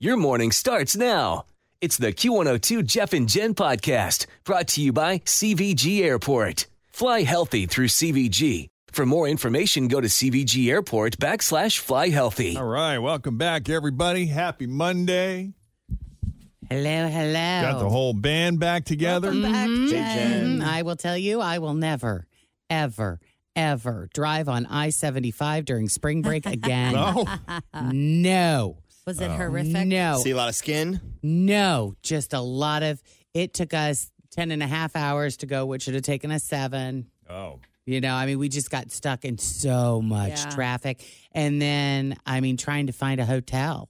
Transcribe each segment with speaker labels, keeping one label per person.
Speaker 1: Your morning starts now. It's the Q102 Jeff and Jen podcast brought to you by CVG Airport. Fly healthy through CVG. For more information, go to CVG Airport backslash fly healthy.
Speaker 2: All right, welcome back, everybody. Happy Monday.
Speaker 3: Hello, hello.
Speaker 2: Got the whole band back together.
Speaker 3: Oh. Welcome back,
Speaker 4: Mhm.
Speaker 3: Jen. I will tell you, I will never, ever, ever drive on I 75 during spring break again.
Speaker 5: Oh.
Speaker 2: No,
Speaker 3: No.
Speaker 4: Was
Speaker 2: Oh.
Speaker 4: it horrific?
Speaker 3: No.
Speaker 5: See a lot of skin.
Speaker 3: No. Just a lot of, it took us 10 and a half hours to go, which should have taken us seven.
Speaker 2: oh,
Speaker 3: You know, I mean, we just got stuck in so much
Speaker 4: Yeah.
Speaker 3: traffic. And then, I mean, trying to find a hotel,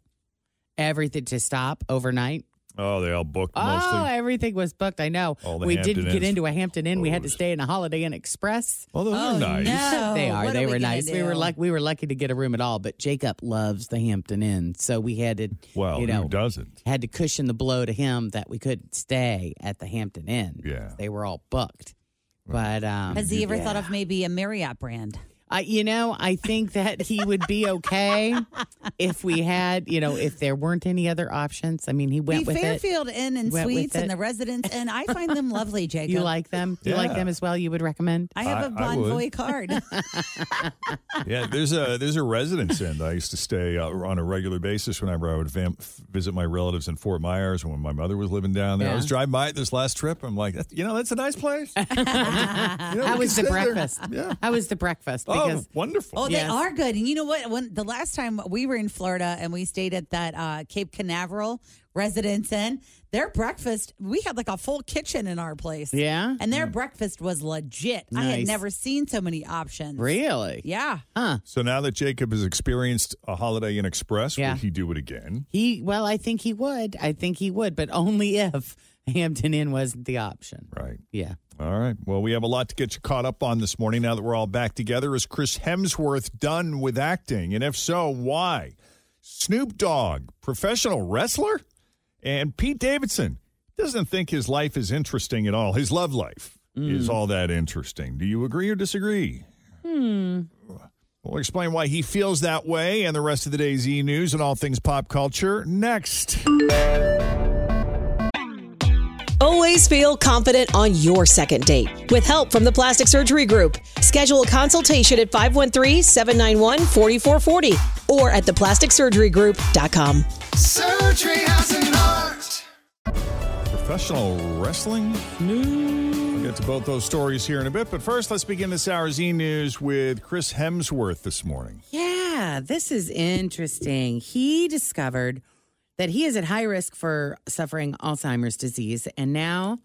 Speaker 3: everything to stop overnight.
Speaker 2: oh, they all booked
Speaker 3: Oh,
Speaker 2: mostly.
Speaker 3: everything was booked. I know.
Speaker 2: All the
Speaker 3: we
Speaker 2: Hampton
Speaker 3: didn't get
Speaker 2: Inns
Speaker 3: into a Hampton Inn. We had to
Speaker 2: closed.
Speaker 3: stay in a Holiday Inn Express.
Speaker 2: Well, those are
Speaker 4: Oh,
Speaker 2: nice.
Speaker 4: no.
Speaker 3: They are.
Speaker 4: What
Speaker 3: they
Speaker 4: we
Speaker 3: were
Speaker 4: gonna
Speaker 3: nice. We
Speaker 4: do?
Speaker 3: were luck. We were lucky to get a room at all. But Jacob loves the Hampton Inn, so we had to.
Speaker 2: Well,
Speaker 3: you know,
Speaker 2: who doesn't?
Speaker 3: had to cushion the blow to him that we couldn't stay at the Hampton Inn.
Speaker 2: Yeah.
Speaker 3: they were all booked. But um,
Speaker 4: Has he ever thought of maybe a Marriott brand?
Speaker 3: I, you know, I think that he would be okay if we had, you know, if there weren't any other options. I mean, he went
Speaker 4: the
Speaker 3: with it.
Speaker 4: Fairfield Inn and
Speaker 3: Went with
Speaker 4: Suites
Speaker 3: it.
Speaker 4: and the residents, and I find them lovely, Jacob.
Speaker 3: You like them? You like
Speaker 2: Yeah.
Speaker 3: them as well? You would recommend?
Speaker 4: I have a
Speaker 2: I- I would.
Speaker 4: Bonvoy card.
Speaker 2: yeah, there's a there's a residence inn that I used to stay uh, on a regular basis whenever I would vam- visit my relatives in Fort Myers when my mother was living down there. I
Speaker 3: Yeah.
Speaker 2: was driving by it this last trip. I'm like, "That- you know, that's a nice place. You know, we
Speaker 3: How
Speaker 2: could
Speaker 3: was
Speaker 2: stay
Speaker 3: the
Speaker 2: there.
Speaker 3: breakfast?
Speaker 2: Yeah.
Speaker 3: How was the breakfast?
Speaker 2: Oh,
Speaker 3: Because
Speaker 2: wonderful.
Speaker 4: Oh, they
Speaker 3: Yes.
Speaker 4: are good. And you know what? When the last time we were in Florida and we stayed at that uh, Cape Canaveral Residence Inn, their breakfast we had like a full kitchen in our place.
Speaker 3: Yeah?
Speaker 4: and their breakfast was legit. I had
Speaker 3: Nice.
Speaker 4: never seen so many options.
Speaker 3: really?
Speaker 4: Yeah.
Speaker 2: So now that Jacob has experienced a Holiday Inn Express,
Speaker 3: Yeah.
Speaker 2: would he do it again?
Speaker 3: He well, I think he would. I think he would, but only if Hampton Inn wasn't the option.
Speaker 2: Right.
Speaker 3: Yeah.
Speaker 2: All right. Well, we have a lot to get you caught up on this morning now that we're all back together. Is Chris Hemsworth done with acting? And if so, why? Snoop Dogg, professional wrestler? And Pete Davidson doesn't think his life is interesting at all. His love life is all that interesting. Do you agree or disagree? Hmm. We'll explain why he feels that way and the rest of the day's e news and all things pop culture next.
Speaker 6: Always feel confident on your second date. With help from the Plastic Surgery Group, schedule a consultation at 513 791 4440 or at theplasticsurgerygroup.com.
Speaker 5: Surgery has an art.
Speaker 2: Professional wrestling We'll get to both those stories here in a bit, but first, let's begin this hour's e news with Chris Hemsworth this morning.
Speaker 3: Yeah, this is interesting. He discovered that he is at high risk for suffering Alzheimer's disease, and now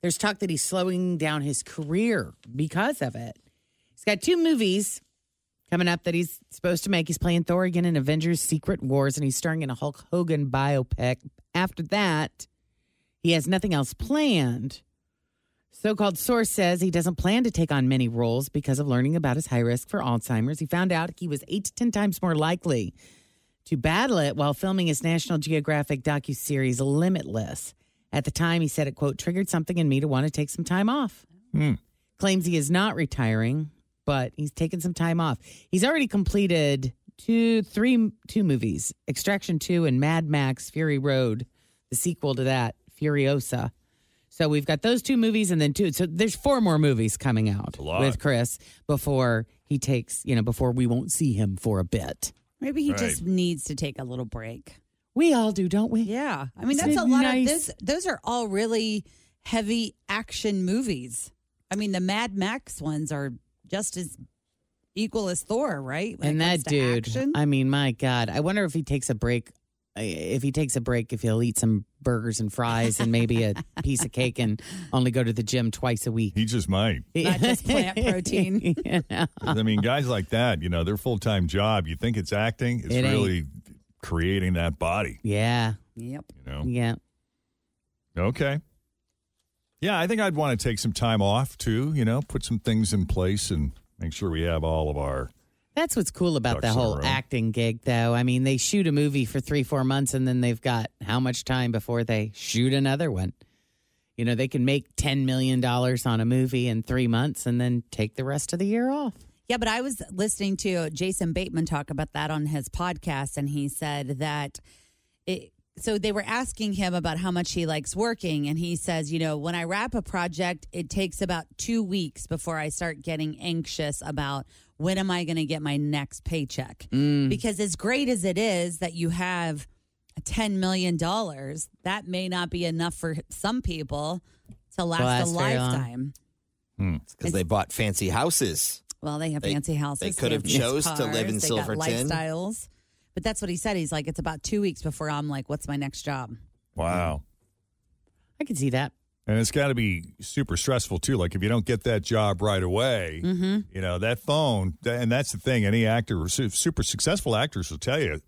Speaker 3: there's talk that he's slowing down his career because of it. He's got two movies coming up that he's supposed to make. He's playing Thor again in Avengers Secret Wars, and he's starring in a Hulk Hogan biopic. After that, he has nothing else planned. So called source says he doesn't plan to take on many roles because of learning about his high risk for Alzheimer's. He found out he was eight to 10 times more likely to battle it while filming his National Geographic docuseries Limitless. At the time, he said it, quote, triggered something in me to want to take some time off. Claims he is not retiring, but he's taking some time off. He's already completed two, three, two movies Extraction 2 and Mad Max Fury Road, the sequel to that, Furiosa. So we've got those two movies and then two. So there's four more movies coming out with Chris before he takes, you know, before we won't see him for a bit.
Speaker 4: Maybe he
Speaker 2: Right.
Speaker 4: just needs to take a little break.
Speaker 3: We all do, don't we?
Speaker 4: Yeah. I mean,
Speaker 3: Isn't
Speaker 4: that's a
Speaker 3: it
Speaker 4: lot
Speaker 3: nice?
Speaker 4: of this. Those are all really heavy action movies. I mean, the Mad Max ones are just as equal as Thor, right? When
Speaker 3: and
Speaker 4: it
Speaker 3: that
Speaker 4: comes to
Speaker 3: dude,
Speaker 4: action.
Speaker 3: I mean, my God, I wonder if he takes a break. If he takes a break, if he'll eat some burgers and fries and maybe a piece of cake and only go to the gym twice a week.
Speaker 2: He just might.
Speaker 4: Not just plant protein.
Speaker 3: You know?
Speaker 2: I mean, guys like that, you know, their full time job, you think it's acting, it's
Speaker 3: It ain't.
Speaker 2: really creating that body,
Speaker 3: Yeah.
Speaker 4: Yep.
Speaker 2: you know?
Speaker 3: Yeah.
Speaker 2: Okay. Yeah, I think I'd want to take some time off too, you know, put some things in place and make sure we have all of our.
Speaker 3: That's what's cool about
Speaker 2: Ducks in
Speaker 3: the
Speaker 2: a
Speaker 3: whole
Speaker 2: row.
Speaker 3: acting gig, though. I mean, they shoot a movie for three, four months, and then they've got how much time before they shoot another one? You know, they can make $10 million on a movie in three months and then take the rest of the year off.
Speaker 4: Yeah, but I was listening to Jason Bateman talk about that on his podcast, and he said that it. So they were asking him about how much he likes working, and he says, you know, when I wrap a project, it takes about two weeks before I start getting anxious about when am I going to get my next paycheck.
Speaker 3: Mm.
Speaker 4: Because as great as it is that you have ten million dollars, that may not be enough for some people to last, a
Speaker 3: last very long.
Speaker 4: lifetime.
Speaker 7: because they bought fancy houses.
Speaker 4: Well, they have fancy houses.
Speaker 7: they could have
Speaker 4: nice
Speaker 7: chose to live in
Speaker 4: cars, they Got
Speaker 7: Silverton.
Speaker 4: lifestyles, but that's what he said. He's like, it's about two weeks before I'm like, what's my next job?
Speaker 2: Wow.
Speaker 3: I can see that.
Speaker 2: And it's got to be super stressful too. Like if you don't get that job right away,
Speaker 4: Mm-hmm.
Speaker 2: you know, that phone, th- and that's the thing, any actor, su- super successful actors will tell you.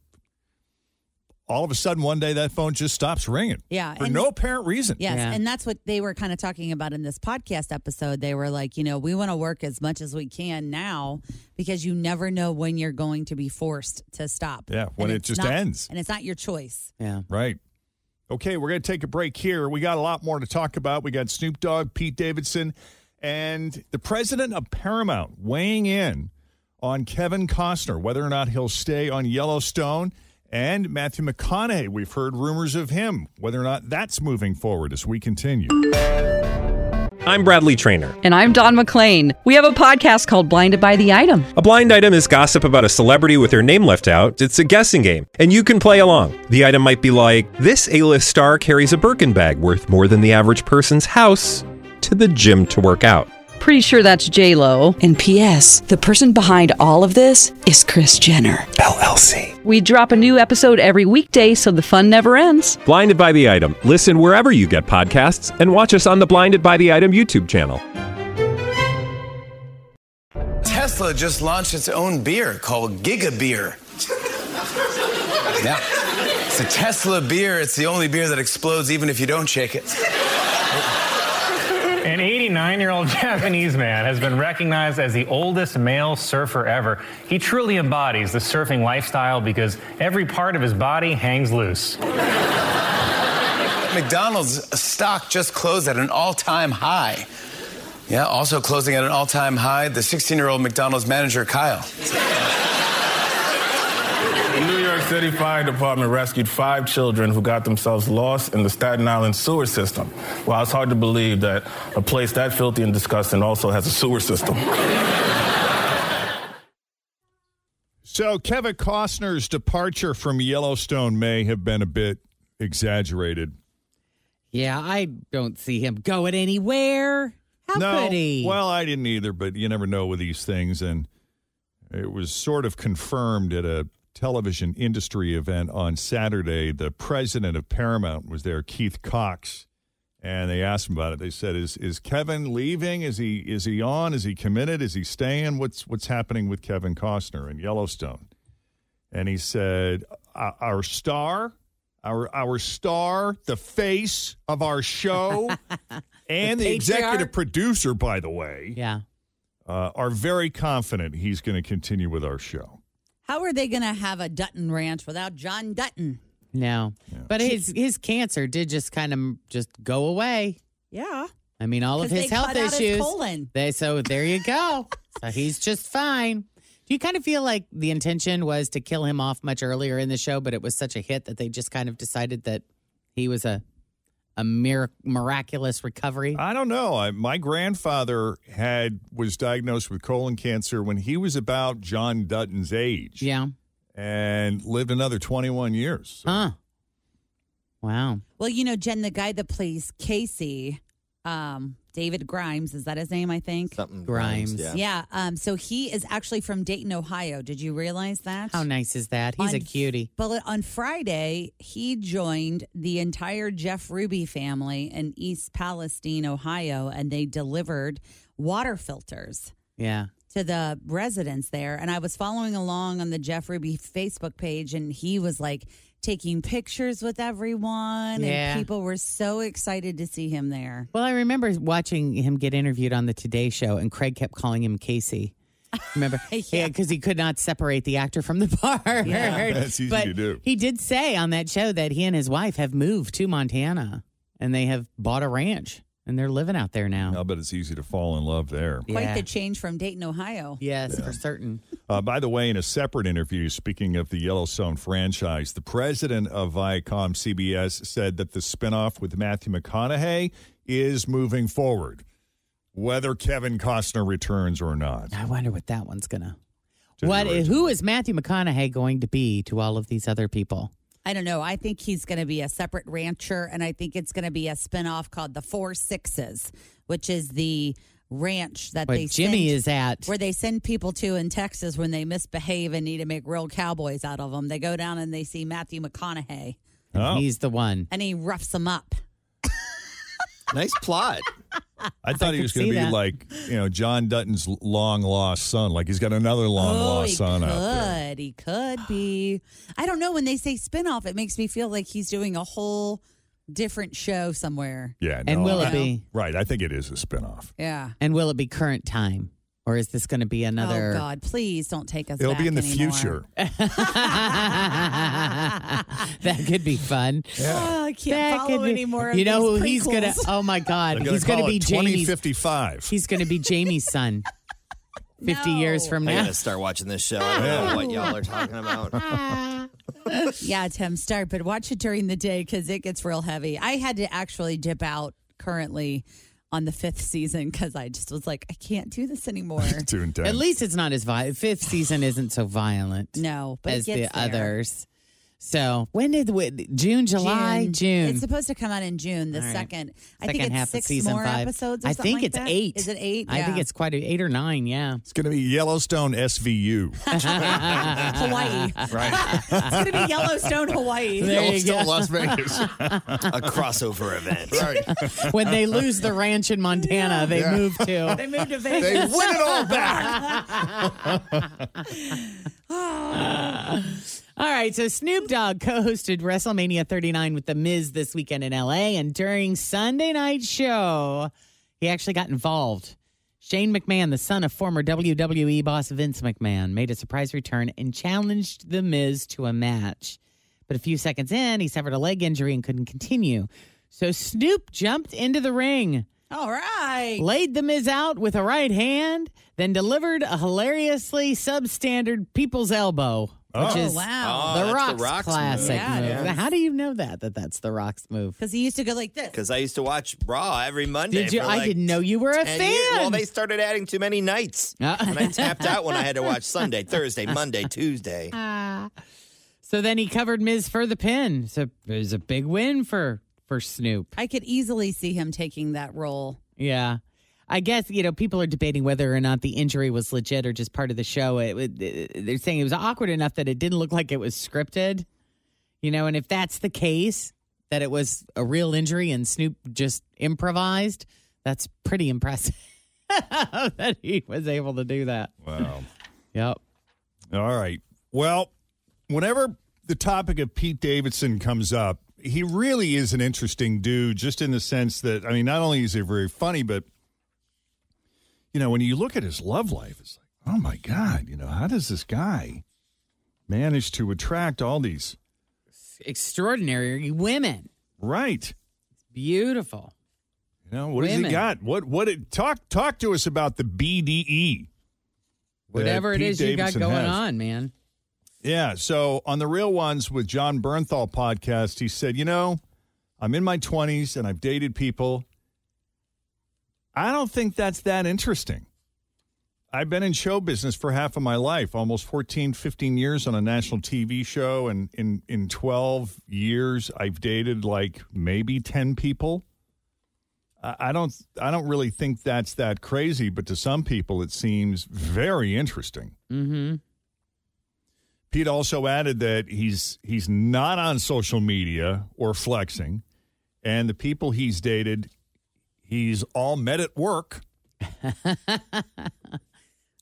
Speaker 2: All of a sudden, one day, that phone just stops ringing.
Speaker 4: Yeah,
Speaker 2: For
Speaker 4: and-
Speaker 2: no apparent reason.
Speaker 4: Yes,
Speaker 3: Yeah.
Speaker 4: and that's what they were kind of talking about in this podcast episode. They were like, you know, we want to work as much as we can now because you never know when you're going to be forced to stop.
Speaker 2: Yeah, when
Speaker 4: And
Speaker 2: it
Speaker 4: it's
Speaker 2: just
Speaker 4: not-
Speaker 2: ends.
Speaker 4: and it's not your choice.
Speaker 3: Yeah.
Speaker 2: Right. Okay, we're going to take a break here. We got a lot more to talk about. We got Snoop Dogg, Pete Davidson, and the president of Paramount weighing in on Kevin Costner, whether or not he'll stay on Yellowstone. And Matthew McConaughey, we've heard rumors of him, whether or not that's moving forward as we continue.
Speaker 8: I'm Bradley Trainer.
Speaker 9: And I'm Don McClain. We have a podcast called Blinded by the Item.
Speaker 8: A blind item is gossip about a celebrity with their name left out. It's a guessing game, and you can play along. The item might be like this: A-list star carries a Birkin bag worth more than the average person's house to the gym to work out.
Speaker 9: Pretty sure that's J Lo.
Speaker 6: And P.S. The person behind all of this is Chris Jenner.
Speaker 8: LLC.
Speaker 9: We drop a new episode every weekday, so the fun never ends.
Speaker 8: Blinded by the item. Listen wherever you get podcasts, and watch us on the Blinded by the Item YouTube channel.
Speaker 5: Tesla just launched its own beer called Giga Beer. yeah. It's a Tesla beer. It's the only beer that explodes even if you don't shake it.
Speaker 10: An 89 year old Japanese man has been recognized as the oldest male surfer ever. He truly embodies the surfing lifestyle because every part of his body hangs loose.
Speaker 5: McDonald's stock just closed at an all time high. Yeah, also closing at an all time high, the 16 year old McDonald's manager, Kyle.
Speaker 10: The New York City Fire Department rescued five children who got themselves lost in the Staten Island sewer system. Well, it's hard to believe that a place that filthy and disgusting also has a sewer system.
Speaker 2: So, Kevin Costner's departure from Yellowstone may have been a bit exaggerated.
Speaker 3: Yeah. I don't see him going anywhere. How
Speaker 2: no,
Speaker 3: could he?
Speaker 2: Well, I didn't either, but you never know with these things. And it was sort of confirmed at a television industry event on Saturday. The president of Paramount was there, Keith Cox, and they asked him about it. They said, "Is is Kevin leaving? Is he is he on? Is he committed? Is he staying? What's what's happening with Kevin Costner in Yellowstone?" And he said, "Our our star." Our, our star, the face of our show, and the,
Speaker 3: The
Speaker 2: executive
Speaker 3: patriarch.
Speaker 2: producer, by the way,
Speaker 3: yeah.
Speaker 2: uh, are very confident he's going to continue with our show.
Speaker 4: How are they going to have a Dutton ranch without John Dutton?
Speaker 3: No. But his, his cancer did just kind of just go away.
Speaker 4: Yeah,
Speaker 3: I mean, all of
Speaker 4: 'Cause
Speaker 3: his
Speaker 4: they
Speaker 3: health
Speaker 4: cut out his
Speaker 3: issues.
Speaker 4: colon.
Speaker 3: They so there you go. so he's just fine. Do you kind of feel like the intention was to kill him off much earlier in the show, but it was such a hit that they just kind of decided that he was a a mir- miraculous recovery?
Speaker 2: I don't know. I, my grandfather had was diagnosed with colon cancer when he was about John Dutton's age,
Speaker 3: yeah.
Speaker 2: and lived another 21 years.
Speaker 3: Huh. Wow.
Speaker 4: Well, you know, Jen, the guy that plays Casey, um, David Grimes, is that his name, I think?
Speaker 7: Something
Speaker 3: Grimes.
Speaker 7: Yeah.
Speaker 4: Yeah. Um, so he is actually from Dayton, Ohio. Did you realize that?
Speaker 3: How nice is that? Oh, He's a
Speaker 4: On-
Speaker 3: cutie.
Speaker 4: But on Friday, he joined the entire Jeff Ruby family in East Palestine, Ohio, and they delivered water filters
Speaker 3: Yeah.
Speaker 4: to the residents there. And I was following along on the Jeff Ruby Facebook page, and he was like taking pictures with everyone.
Speaker 3: Yeah.
Speaker 4: And people were so excited to see him there.
Speaker 3: Well, I remember watching him get interviewed on the Today Show, and Craig kept calling him Casey. Remember? yeah, because he could not separate the actor from the part.
Speaker 2: Yeah, that's easy
Speaker 3: but
Speaker 2: to do.
Speaker 3: He did say on that show that he and his wife have moved to Montana and they have bought a ranch and they're living out there now.
Speaker 2: I'll bet it's easy to fall in love there.
Speaker 4: Quite the change from Dayton, Ohio.
Speaker 3: Yes, for certain.
Speaker 2: Uh, by the way, in a separate interview, speaking of the Yellowstone franchise, the president of Viacom CBS said that the spinoff with Matthew McConaughey is moving forward, whether Kevin Costner returns or not.
Speaker 3: I wonder what that one's gonna.
Speaker 2: Didn't
Speaker 3: What?
Speaker 2: really-
Speaker 3: Who is Matthew McConaughey going to be to all of these other people?
Speaker 4: I don't know. I think he's going to be a separate rancher, and I think it's going to be a spinoff called the Four Sixes, which is the ranch that
Speaker 3: Where
Speaker 4: they
Speaker 3: Jimmy
Speaker 4: send-
Speaker 3: is at.
Speaker 4: where they send people to in Texas when they misbehave and need to make real cowboys out of them. They go down and they see Matthew McConaughey,
Speaker 2: Oh.
Speaker 3: He's the one.
Speaker 4: and he roughs them up.
Speaker 7: Nice plot.
Speaker 2: Oh. I thought he was going to
Speaker 3: see
Speaker 2: be
Speaker 3: that.
Speaker 2: like, you know, John Dutton's long lost son. Like he's got another long
Speaker 4: oh,
Speaker 2: lost
Speaker 4: he
Speaker 2: son out there.
Speaker 4: could. He could be. I don't know. When they say spinoff, it makes me feel like he's doing a whole different show somewhere.
Speaker 2: Yeah,
Speaker 3: and
Speaker 2: no,
Speaker 3: will
Speaker 2: I-
Speaker 3: it be?
Speaker 2: Right, I think it is a spinoff.
Speaker 4: Yeah.
Speaker 3: And will it be current time, or is this going to be another?
Speaker 4: Oh God! Please don't take us.
Speaker 2: It'll
Speaker 4: back
Speaker 2: be in the
Speaker 4: anymore.
Speaker 2: future.
Speaker 3: that could be fun.
Speaker 4: Oh, I can't
Speaker 3: That
Speaker 4: follow
Speaker 3: could be-
Speaker 4: any more. Of
Speaker 3: you know
Speaker 4: these
Speaker 3: who he's gonna?
Speaker 4: prequels.
Speaker 3: Oh my God,
Speaker 2: They're
Speaker 3: he's
Speaker 2: gonna
Speaker 3: gonna
Speaker 2: call
Speaker 3: be
Speaker 2: it
Speaker 3: Jamie's.
Speaker 2: 2055.
Speaker 3: He's gonna be Jamie's son. Fifty years
Speaker 4: No.
Speaker 3: from
Speaker 7: I
Speaker 3: now.
Speaker 7: gotta start watching this show. I don't know what y'all are talking about.
Speaker 4: Yeah, Tim, start, but watch it during the day because it gets real heavy. I had to actually dip out currently on the fifth season because I just was like, I can't do this anymore.
Speaker 2: Too intense.
Speaker 3: At least it's not as violent. Fifth season isn't so violent
Speaker 4: no, but
Speaker 3: as
Speaker 4: it
Speaker 3: the
Speaker 4: gets there.
Speaker 3: others. So when did the June, July, June?
Speaker 4: It's supposed to come out in June, the
Speaker 3: All right.
Speaker 4: second. I
Speaker 3: second
Speaker 4: think it's
Speaker 3: half
Speaker 4: six
Speaker 3: of season
Speaker 4: more
Speaker 3: five.
Speaker 4: episodes. Or
Speaker 3: I
Speaker 4: something
Speaker 3: think
Speaker 4: like
Speaker 3: it's
Speaker 4: that.
Speaker 3: eight.
Speaker 4: Is it eight?
Speaker 3: I think
Speaker 4: Yeah.
Speaker 3: it's quite a, eight or nine. Yeah.
Speaker 2: It's going to be Yellowstone SVU.
Speaker 4: Hawaii.
Speaker 7: Right.
Speaker 4: it's going to be Yellowstone, Hawaii.
Speaker 3: There you
Speaker 7: Yellowstone,
Speaker 3: go.
Speaker 7: Las Vegas. A crossover event.
Speaker 2: right.
Speaker 3: when they lose the ranch in Montana, they move to.
Speaker 4: They moved to
Speaker 7: They
Speaker 4: Vegas.
Speaker 7: win it all back.
Speaker 3: All right, so Snoop Dogg co-hosted WrestleMania 39 with The Miz this weekend in LA, and during Sunday night show, he actually got involved. Shane McMahon, the son of former WWE boss Vince McMahon, made a surprise return and challenged The Miz to a match. But a few seconds in, he suffered a leg injury and couldn't continue. So Snoop jumped into the ring
Speaker 4: all right.
Speaker 3: laid the Miz out with a right hand, then delivered a hilariously substandard people's elbow,
Speaker 2: Oh.
Speaker 3: which is
Speaker 4: Wow.
Speaker 7: Oh, that's
Speaker 3: the
Speaker 7: the
Speaker 3: Rock's,
Speaker 7: Rock's move.
Speaker 3: classic
Speaker 4: Yeah,
Speaker 3: move.
Speaker 4: it is.
Speaker 3: How do you know that that that's the Rock's move?
Speaker 4: Because he used to go like this.
Speaker 7: Because I used to watch Raw every Monday.
Speaker 3: Did you?
Speaker 7: for
Speaker 3: I
Speaker 7: like
Speaker 3: didn't know you were a
Speaker 7: 10
Speaker 3: fan.
Speaker 7: years. Well, they started adding too many nights.
Speaker 3: Uh.
Speaker 7: and I tapped out when I had to watch Sunday, Thursday, Monday, Tuesday.
Speaker 3: so then he covered Miz for the pin. So it was a big win for for Snoop.
Speaker 4: I could easily see him taking that role.
Speaker 3: Yeah. I guess you know people are debating whether or not the injury was legit or just part of the show. It, would- it- they're saying it was awkward enough that it didn't look like it was scripted, you know. And if that's the case, that it was a real injury and Snoop just improvised, that's pretty impressive that he was able to do that.
Speaker 2: Wow.
Speaker 3: Yep.
Speaker 2: All right. Well, whenever the topic of Pete Davidson comes up, he really is an interesting dude, just in the sense that, I mean, not only is he very funny, but, you know, when you look at his love life, it's like, oh my God, you know, how does this guy manage to attract all these?
Speaker 3: Extraordinary women.
Speaker 2: Right.
Speaker 3: Beautiful.
Speaker 2: You know, what
Speaker 3: Women.
Speaker 2: has he got? What, what, it, talk, talk to us about the BDE. that
Speaker 3: Whatever it
Speaker 2: Pete
Speaker 3: is you got
Speaker 2: Davidson
Speaker 3: going
Speaker 2: has.
Speaker 3: on, man.
Speaker 2: Yeah. So on the Real Ones with John Bernthal podcast, he said, You know, I'm in my 20s and I've dated people. I don't think that's that interesting. I've been in show business for half of my life, almost 14, 15 years on a national TV show. And in, in 12 years, I've dated like maybe 10 people. I I don't, I don't really think that's that crazy, but to some people, it seems very interesting.
Speaker 3: Mm-hmm.
Speaker 2: Pete also added that he's he's not on social media or flexing, and the people he's dated, he's all met at work.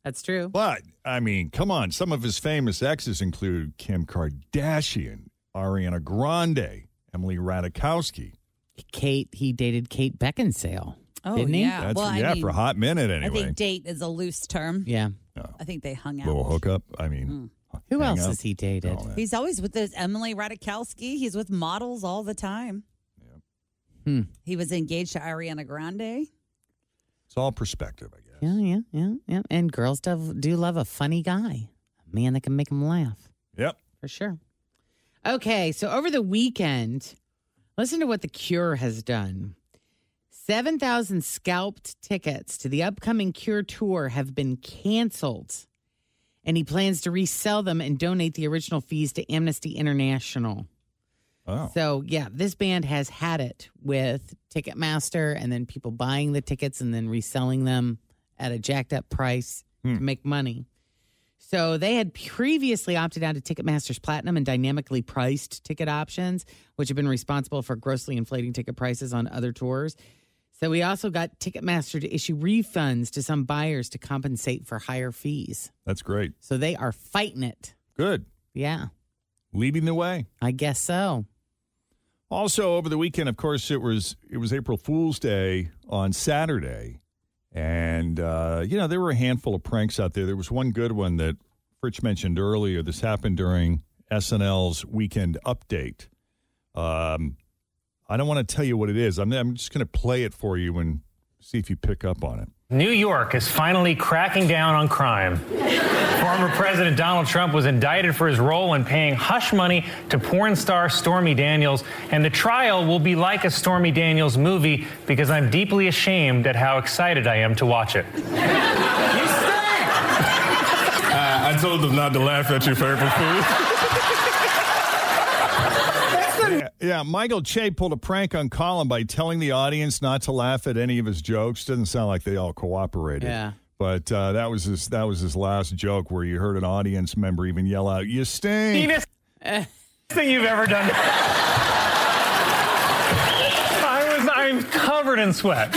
Speaker 3: That's true.
Speaker 2: But I mean, come on. Some of his famous exes include Kim Kardashian, Ariana Grande, Emily Radikowski.
Speaker 3: Kate, he dated Kate Beckinsale.
Speaker 4: Oh,
Speaker 3: didn't he?
Speaker 4: yeah.
Speaker 2: That's
Speaker 4: well,
Speaker 2: yeah
Speaker 4: I mean,
Speaker 2: for a hot minute anyway.
Speaker 4: I think date is a loose term.
Speaker 3: Yeah.
Speaker 4: I think they hung out. Hmm.
Speaker 2: Little hookup. I mean,
Speaker 3: Who
Speaker 2: hang
Speaker 3: else
Speaker 2: out.
Speaker 3: has he dated?
Speaker 2: All that.
Speaker 4: He's always with this Emily Radikowski. He's with models all the time.
Speaker 3: Hmm.
Speaker 4: He was engaged to Ariana Grande.
Speaker 2: it's all perspective, I guess.
Speaker 3: Yeah, yeah, yeah, yeah. And girls do, do love a funny guy, a man that can make them laugh
Speaker 2: Yep.
Speaker 3: for sure. Okay, so over the weekend, listen to what The Cure has done. 7,000 scalped tickets to the upcoming Cure tour have been canceled, and he plans to resell them and donate the original fees to Amnesty International.
Speaker 2: Oh.
Speaker 3: So yeah, this band has had it with Ticketmaster and then people buying the tickets and then reselling them at a jacked up price to make money. So they had previously opted out of Ticketmaster's platinum and dynamically priced ticket options, which have been responsible for grossly inflating ticket prices on other tours. So we also got Ticketmaster to issue refunds to some buyers to compensate for higher fees.
Speaker 2: That's great.
Speaker 3: So they are fighting it.
Speaker 2: Good.
Speaker 3: Yeah,
Speaker 2: Leading the way.
Speaker 3: I guess so.
Speaker 2: Also, over the weekend, of course, it was it was April Fool's Day on Saturday, and uh, you know there were a handful of pranks out there. There was one good one that Fritch mentioned earlier. This happened during SNL's Weekend Update. Um, I don't want to tell you what it is. I'm I'm just going to play it for you and see if you pick up on it.
Speaker 11: New York is finally cracking down on crime. Former President Donald Trump was indicted for his role in paying hush money to porn star Stormy Daniels, and the trial will be like a Stormy Daniels movie because I'm deeply ashamed at how excited I am to watch it.
Speaker 10: I, I told them not to laugh at your favorite food.
Speaker 2: Yeah, yeah, Michael Che pulled a prank on Colin by telling the audience not to laugh at any of his jokes. Doesn't sound like they all cooperated.
Speaker 3: Yeah.
Speaker 2: But uh, that was his that was his last joke where you heard an audience member even yell out, "You stink!"
Speaker 11: Meanest thing you've ever done. I was, I'm covered in sweat.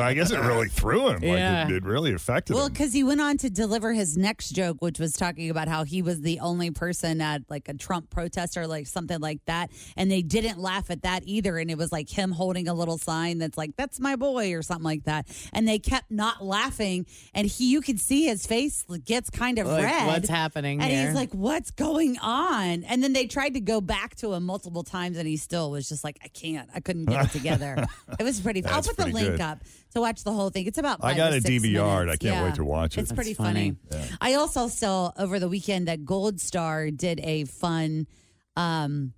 Speaker 2: I guess it really threw him.
Speaker 3: Yeah.
Speaker 2: Like it, it really affected
Speaker 4: Well,
Speaker 2: him.
Speaker 4: because he went on to deliver his next joke, which was talking about how he was the only person at like a Trump protest or like something like that, and they didn't laugh at that either. And it was like him holding a little sign that's like "That's my boy" or something like that, and they kept not laughing. And he, you could see his face gets kind of
Speaker 3: Like,
Speaker 4: red.
Speaker 3: what's happening
Speaker 4: And
Speaker 3: here?
Speaker 4: he's like, "What's going on?" And then they tried to go back to him multiple times, and he still was just like, "I can't. I couldn't get it together." it was pretty. I'll
Speaker 2: That's
Speaker 4: put the
Speaker 2: pretty
Speaker 4: link
Speaker 2: good.
Speaker 4: up to watch the whole thing. It's about
Speaker 2: I
Speaker 4: five
Speaker 2: got
Speaker 4: or
Speaker 2: it
Speaker 4: six
Speaker 2: DVR'd.
Speaker 4: minutes.
Speaker 2: I can't wait to watch it.
Speaker 4: It's
Speaker 2: That's
Speaker 4: pretty funny. I also saw over the weekend that Gold Star did a fun um,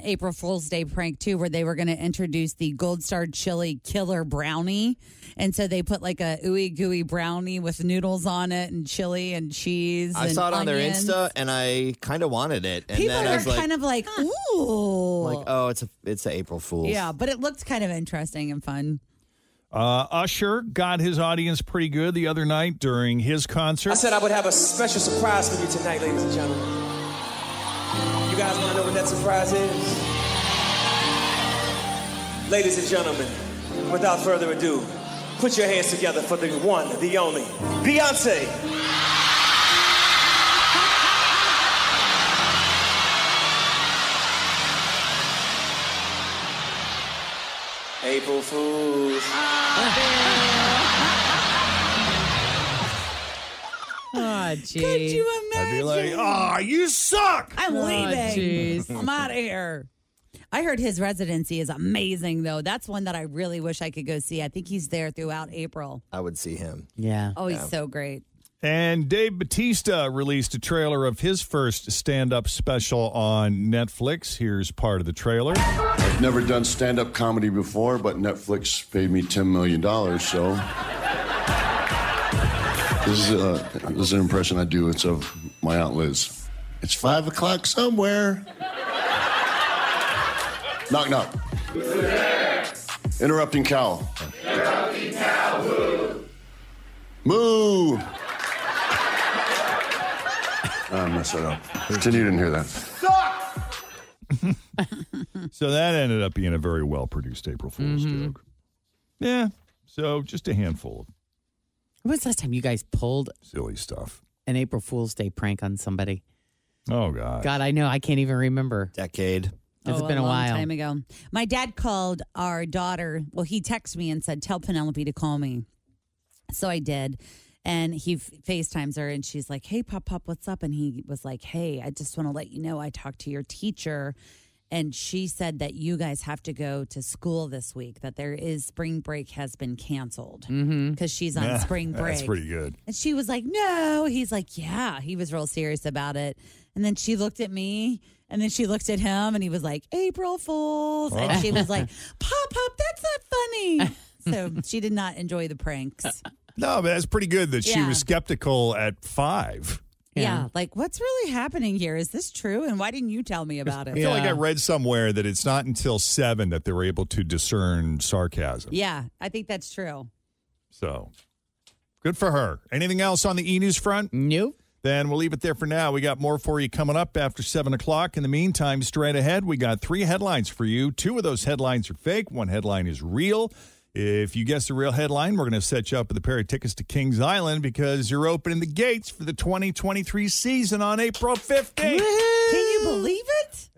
Speaker 4: April Fool's Day prank too, where they were going to introduce the Gold Star Chili Killer Brownie, and so they put like a ooey gooey brownie with noodles on it and chili and cheese.
Speaker 7: I
Speaker 4: and
Speaker 7: saw it on their
Speaker 4: onions.
Speaker 7: Insta and I kind of wanted it. And
Speaker 4: People
Speaker 7: then I
Speaker 4: are
Speaker 7: was like,
Speaker 4: kind of like, ooh,
Speaker 7: like, oh, it's a, it's a April Fool's.
Speaker 4: yeah, but it looked kind of interesting and fun.
Speaker 2: Uh, Usher got his audience pretty good the other night during his concert.
Speaker 12: I said I would have a special surprise for you tonight, ladies and gentlemen. You guys want to know what that surprise is? Ladies and gentlemen, without further ado, put your hands together for the one, the only, Beyonce. April Fools.
Speaker 3: Oh, geez.
Speaker 4: Could you imagine?
Speaker 2: I'd be like, "Ah, you suck!"
Speaker 4: I'm
Speaker 7: Oh,
Speaker 4: leaving.
Speaker 3: jeez.
Speaker 4: I'm out of here. I heard his residency is amazing, though. That's one that I really wish I could go see. I think he's there throughout April.
Speaker 7: I would see him.
Speaker 3: Yeah.
Speaker 4: Oh, he's so great.
Speaker 2: And Dave Batista released a trailer of his first stand up special on Netflix. Here's part of the trailer.
Speaker 13: I've never done stand up comedy before, but Netflix paid me $10 million, so. This is, uh, this is an impression I do. It's of my Aunt Liz. It's five o'clock somewhere. knock, knock. Interrupting cow. Interrupting cow, moo. Moo. I messed that up. Pretend you didn't hear that.
Speaker 2: So that ended up being a very well produced April Fool's joke. Yeah. So just a handful.
Speaker 3: When was the last time you guys pulled
Speaker 13: Silly stuff.
Speaker 3: an April Fool's Day prank on somebody?
Speaker 13: Oh God.
Speaker 3: God, I know. I can't even remember.
Speaker 7: Decade.
Speaker 3: It's
Speaker 4: Oh,
Speaker 3: been a,
Speaker 4: long
Speaker 3: while.
Speaker 4: time ago. My dad called our daughter. Well, he texted me and said, "Tell Penelope to call me." So I did, and he f- FaceTimes her, and she's like, "Hey, Pop Pop, what's up?" And he was like, "Hey, I just want to let you know I talked to your teacher." And she said that you guys have to go to school this week, that there is spring break has been canceled because
Speaker 3: Mm-hmm.
Speaker 14: Mhm.
Speaker 4: she's on
Speaker 13: Yeah,
Speaker 4: spring break.
Speaker 13: That's pretty good.
Speaker 4: And she was like, no. He's like, yeah. He was real serious about it. And then she looked at me and then she looked at him and he was like, April Fools. And she was like, Pop, Pop, that's not funny. So she did not enjoy the pranks.
Speaker 2: No, but that's pretty good that she
Speaker 4: Yeah.
Speaker 2: was skeptical at five.
Speaker 4: Yeah. Like, what's really happening here? Is this true? And why didn't you tell me about
Speaker 2: I
Speaker 4: it?
Speaker 2: feel like I read somewhere that it's not until seven that they're able to discern sarcasm.
Speaker 4: Yeah, I think that's true.
Speaker 2: So good for her. Anything else on the e news front?
Speaker 3: Nope.
Speaker 2: Then we'll leave it there for now. We got more for you coming up after seven o'clock. In the meantime, straight ahead, we got three headlines for you. Two of those headlines are fake, one headline is real. If you guess the real headline, we're going to set you up with a pair of tickets to Kings Island because you're opening the gates for the 2023 season on April 15th.
Speaker 4: Can you believe it?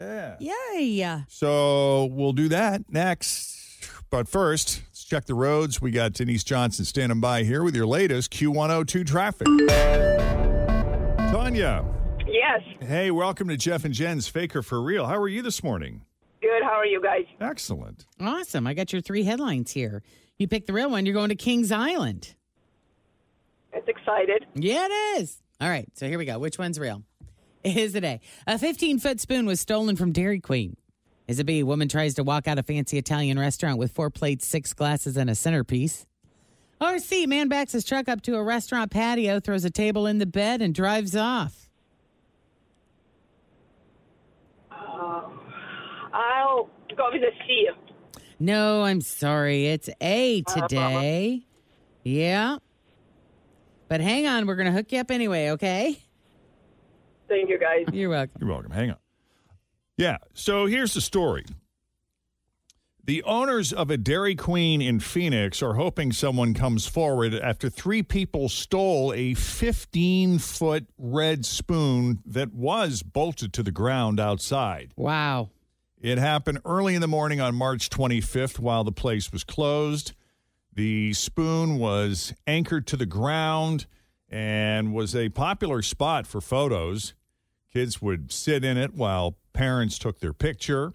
Speaker 2: Yeah.
Speaker 4: Yay.
Speaker 2: So we'll do that next. But first, let's check the roads. We got Denise Johnson standing by here with your latest Q102 traffic. Tanya.
Speaker 15: Yes.
Speaker 2: Hey, welcome to Jeff and Jen's Faker for Real. How are you this morning?
Speaker 15: Good. How are you guys?
Speaker 2: Excellent.
Speaker 3: Awesome. I got your three headlines here. You picked the real one. You're going to Kings Island.
Speaker 15: It's excited.
Speaker 3: Yeah, it is. All right. So here we go. Which one's real? It is today. A 15 foot spoon was stolen from Dairy Queen. Is it B? Woman tries to walk out a fancy Italian restaurant with four plates, six glasses, and a centerpiece. Or C? Man backs his truck up to a restaurant patio, throws a table in the bed, and drives off.
Speaker 15: Uh, I'll go with the sea.
Speaker 3: No, I'm sorry. It's A today. Yeah. But hang on. We're going to hook you up anyway, okay?
Speaker 15: Thank you, guys.
Speaker 3: You're welcome.
Speaker 2: You're welcome. Hang on. Yeah. So here's the story. The owners of a Dairy Queen in Phoenix are hoping someone comes forward after three people stole a 15 foot red spoon that was bolted to the ground outside.
Speaker 3: Wow.
Speaker 2: It happened early in the morning on March 25th while the place was closed. The spoon was anchored to the ground and was a popular spot for photos. Kids would sit in it while parents took their picture.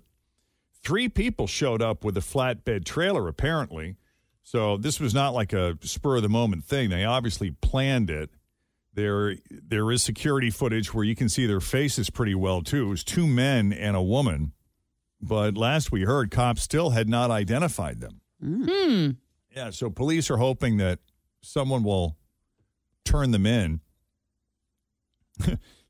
Speaker 2: Three people showed up with a flatbed trailer, apparently. So this was not like a spur of the moment thing. They obviously planned it. There, there is security footage where you can see their faces pretty well too. It was two men and a woman, but last we heard, cops still had not identified them.
Speaker 3: Hmm.
Speaker 2: Yeah, so police are hoping that someone will turn them in.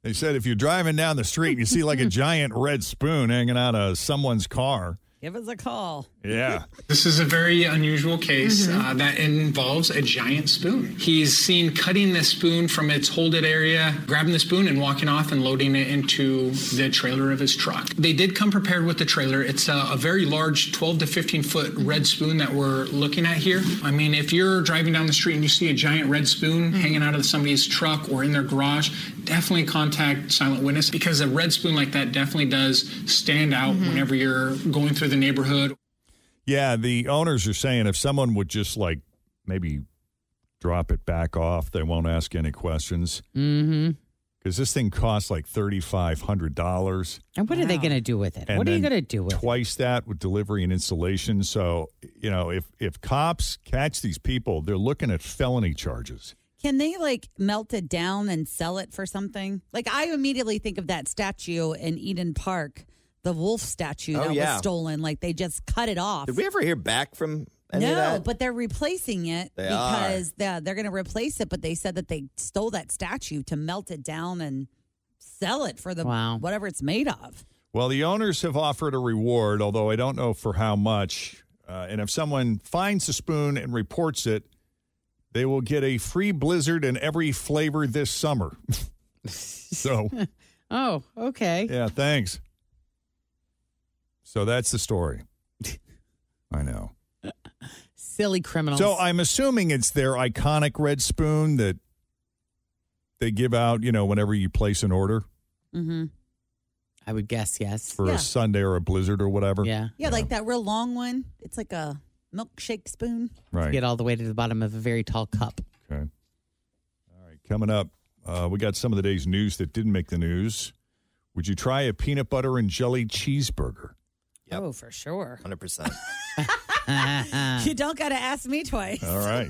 Speaker 2: they said if you're driving down the street and you see like a giant red spoon hanging out of someone's car,
Speaker 4: Give us a call.
Speaker 2: yeah.
Speaker 16: This is a very unusual case uh, that involves a giant spoon. He's seen cutting the spoon from its holded area, grabbing the spoon and walking off and loading it into the trailer of his truck. They did come prepared with the trailer. It's a, a very large 12 to 15 foot red spoon that we're looking at here. I mean, if you're driving down the street and you see a giant red spoon hanging out of somebody's truck or in their garage, definitely contact Silent Witness because a red spoon like that definitely does stand out whenever you're going through the neighborhood
Speaker 2: Yeah, the owners are saying if someone would just like maybe drop it back off, they won't ask any questions.
Speaker 3: Mm-hmm.
Speaker 2: Because this thing costs like $3,500.
Speaker 3: And what are they going to do with it? what are you going to do with it?
Speaker 2: Twice that with delivery and installation. So, you know, if, if cops catch these people, they're looking at felony charges.
Speaker 4: Can they like melt it down and sell it for something? Like I immediately think of that statue in Eden Park, the wolf statue
Speaker 7: Oh,
Speaker 4: that
Speaker 7: yeah.
Speaker 4: was stolen. Like they just cut it off.
Speaker 7: Did we ever hear back from any
Speaker 4: no,
Speaker 7: of that?
Speaker 4: but they're replacing it
Speaker 7: They
Speaker 4: because yeah, they're going to replace it. But they said that they stole that statue to melt it down and sell it for the
Speaker 2: Wow.
Speaker 4: whatever it's made of.
Speaker 2: Well, the owners have offered a reward, although I don't know for how much. Uh, and if someone finds the spoon and reports it, they will get a free blizzard in every flavor this summer. so,
Speaker 3: Oh, okay.
Speaker 2: yeah, thanks. So that's the story. I know.
Speaker 3: silly criminals.
Speaker 2: So I'm assuming it's their iconic red spoon that they give out, you know, whenever you place an order
Speaker 4: Mm-hmm.
Speaker 3: I would guess yes.
Speaker 2: for
Speaker 4: Yeah.
Speaker 2: a Sunday or a blizzard or whatever.
Speaker 3: Yeah.
Speaker 4: Yeah, like that real long one. It's like a milkshake spoon.
Speaker 2: Right.
Speaker 3: Get all the way to the bottom of a very tall cup.
Speaker 2: Okay. All right. Coming up, uh, we got some of the day's news that didn't make the news. Would you try a peanut butter and jelly cheeseburger?
Speaker 3: Oh, for sure.
Speaker 7: 100%.
Speaker 4: you don't got to ask me twice.
Speaker 2: All right.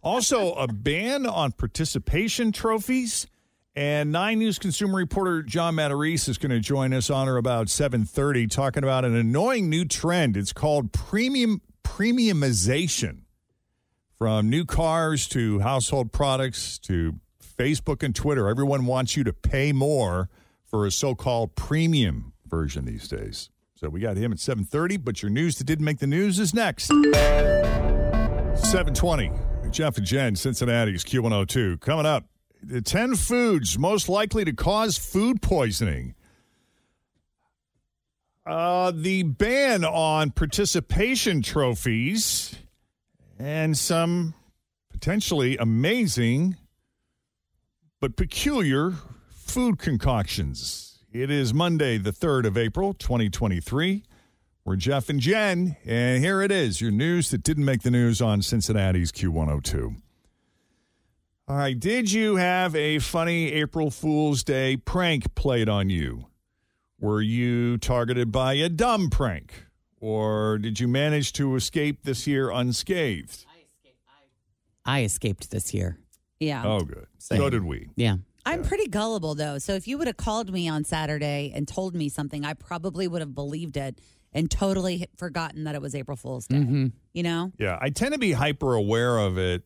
Speaker 2: also, a ban on participation trophies. And Nine News consumer reporter John Matarese is going to join us on or about 7:30 talking about an annoying new trend. It's called premium premiumization. From new cars to household products to Facebook and Twitter, everyone wants you to pay more for a so-called premium version these days. So we got him at 7:30, but your news that didn't make the news is next. 720. Jeff and Jen, Cincinnati's Q102. Coming up, the 10 foods most likely to cause food poisoning. Uh, the ban on participation trophies and some potentially amazing but peculiar food concoctions. It is Monday, the 3rd of April, 2023. We're Jeff and Jen, and here it is your news that didn't make the news on Cincinnati's Q102. All right, did you have a funny April Fool's Day prank played on you? Were you targeted by a dumb prank? Or did you manage to escape this year unscathed?
Speaker 3: I escaped this year.
Speaker 4: Yeah.
Speaker 2: Oh, good. So
Speaker 3: Same.
Speaker 2: did we.
Speaker 3: Yeah.
Speaker 4: I'm pretty gullible though. So if you would have called me on Saturday and told me something, I probably would have believed it and totally h- forgotten that it was April Fool's Day.
Speaker 3: Mm-hmm.
Speaker 4: You know,
Speaker 2: Yeah, I tend to be hyper aware of it.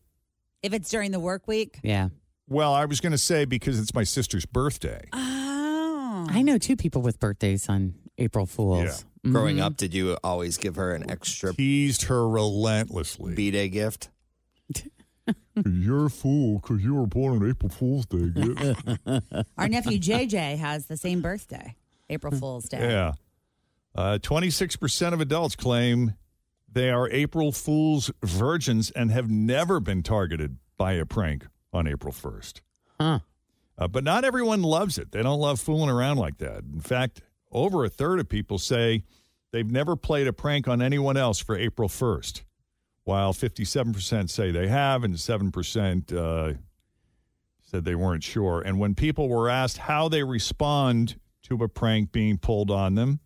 Speaker 4: if it's during the work week.
Speaker 3: Yeah.
Speaker 2: Well, I was going to say because it's my sister's birthday.
Speaker 4: Oh.
Speaker 3: I know two people with birthdays on April Fools. Mhm.
Speaker 7: Growing up, did you always give her an extra
Speaker 2: Teased her relentlessly.
Speaker 7: B Day gift?
Speaker 2: You're a fool because you were born on April Fool's Day.
Speaker 4: Our nephew JJ has the same birthday, April Fool's Day.
Speaker 2: yeah. Uh, 26% of adults claim they are April Fool's virgins and have never been targeted by a prank on April 1st.
Speaker 3: Huh.
Speaker 2: Uh, but not everyone loves it. They don't love fooling around like that. In fact, over a third of people say they've never played a prank on anyone else for April 1st, while 57% say they have, and 7% uh, said they weren't sure. And when people were asked how they respond to a prank being pulled on them,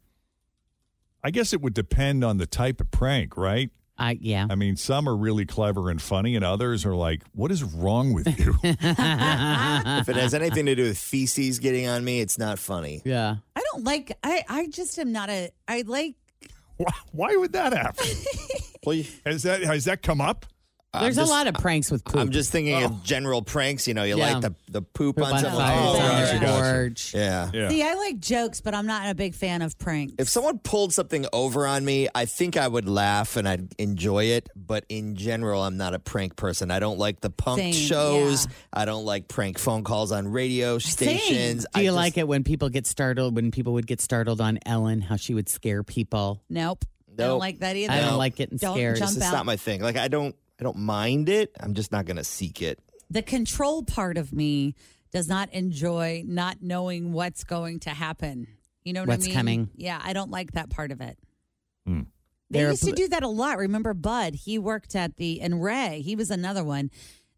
Speaker 2: I guess it would depend on the type of prank, right?
Speaker 3: I yeah.
Speaker 2: I mean, some are really clever and funny, and others are like, what is wrong with you?
Speaker 7: If it has anything to do with feces getting on me, it's not funny.
Speaker 3: yeah.
Speaker 4: I don't like. I I just am not a. I like.
Speaker 2: Why, why would that happen?
Speaker 7: Well, you-
Speaker 2: Has that has that come up?
Speaker 7: I'm
Speaker 3: There's
Speaker 7: just-
Speaker 3: a lot of pranks with poop.
Speaker 7: I'm just thinking of general pranks. You know, you
Speaker 3: Yeah.
Speaker 7: like the, the poop,
Speaker 3: Poop
Speaker 7: on
Speaker 3: on
Speaker 7: someone.
Speaker 3: fire,
Speaker 7: Oh,
Speaker 4: on
Speaker 7: right.
Speaker 4: the
Speaker 3: porch.
Speaker 7: Yeah.
Speaker 2: Yeah.
Speaker 4: See, I like jokes, but I'm not a big fan of pranks.
Speaker 7: If someone pulled something over on me, I think I would laugh and I'd enjoy it. But in general, I'm not a prank person. I don't like the punk
Speaker 4: Same,
Speaker 7: shows.
Speaker 4: yeah.
Speaker 7: I don't like prank phone calls on radio stations.
Speaker 3: Do
Speaker 7: I
Speaker 3: you
Speaker 7: just-
Speaker 3: like it when people get startled? When people would get startled on Ellen, how she would scare people.
Speaker 4: nope. I don't
Speaker 7: Nope.
Speaker 4: like that either.
Speaker 3: I don't
Speaker 7: No.
Speaker 3: like getting
Speaker 4: Don't
Speaker 3: scared.
Speaker 4: jump
Speaker 7: It's
Speaker 4: out.
Speaker 7: not my thing. Like I don't, I don't mind it. I'm just not gonna seek it.
Speaker 4: the control part of me does not enjoy not knowing what's going to happen. You know what
Speaker 3: What's
Speaker 4: I mean?
Speaker 3: coming.
Speaker 4: Yeah, I don't like that part of it.
Speaker 2: Hmm.
Speaker 4: They
Speaker 3: There are
Speaker 4: used to
Speaker 3: pl-
Speaker 4: do that a lot. Remember Bud? He worked at the and Ray. He was another one.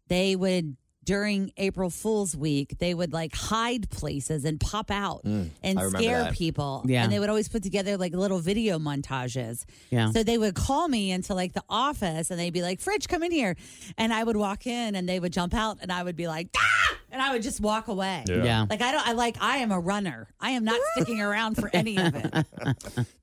Speaker 4: They would during April Fool's Week. They would like hide places and pop out and
Speaker 7: Mm, I remember
Speaker 4: scare
Speaker 7: that.
Speaker 4: people.
Speaker 3: Yeah.
Speaker 4: and they would always put together like little video montages.
Speaker 3: Yeah.
Speaker 4: So they would call me into like the office and they'd be like, Fridge, come in here. And I would walk in and they would jump out and I would be like, ah! and I would just walk away.
Speaker 2: Yeah.
Speaker 3: yeah.
Speaker 4: Like I don't I like I am a runner. I am not sticking around for any of it.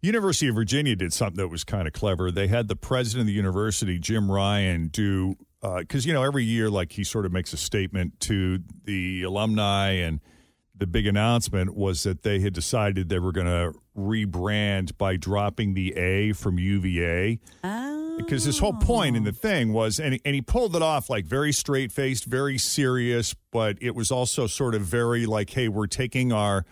Speaker 2: University of Virginia did something that was kind of clever. They had the president of the university, Jim Ryan, do because you know every year, like he sort of makes a statement to the alumni, and the big announcement was that they had decided they were going to rebrand by dropping the A from UVA.
Speaker 4: Oh.
Speaker 2: because his whole point in the thing was and, and he pulled it off like very straight faced very serious but it was also sort of very like hey we're taking our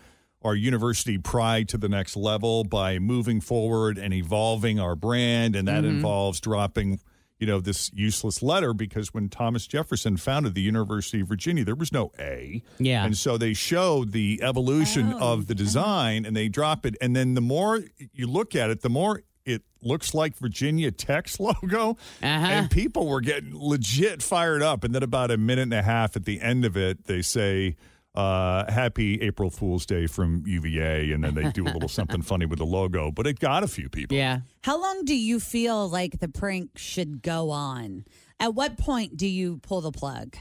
Speaker 2: our university pride to the next level by moving forward and evolving our brand and that involves dropping you know, this useless letter because when Thomas Jefferson founded the University of Virginia, there was no A.
Speaker 3: Yeah.
Speaker 2: And so they show the evolution
Speaker 3: Oh,
Speaker 2: of the design and they drop it. And then the more you look at it, the more it looks like Virginia Tech's logo.
Speaker 3: Uh-huh.
Speaker 2: And people were getting legit fired up. And then about a minute and a half at the end of it, they say, uh, happy April Fool's Day from UVA. And then they do a little something funny with the logo. But it got a few people.
Speaker 3: Yeah.
Speaker 4: How long do you feel like the prank should go on? At what point do you pull the plug?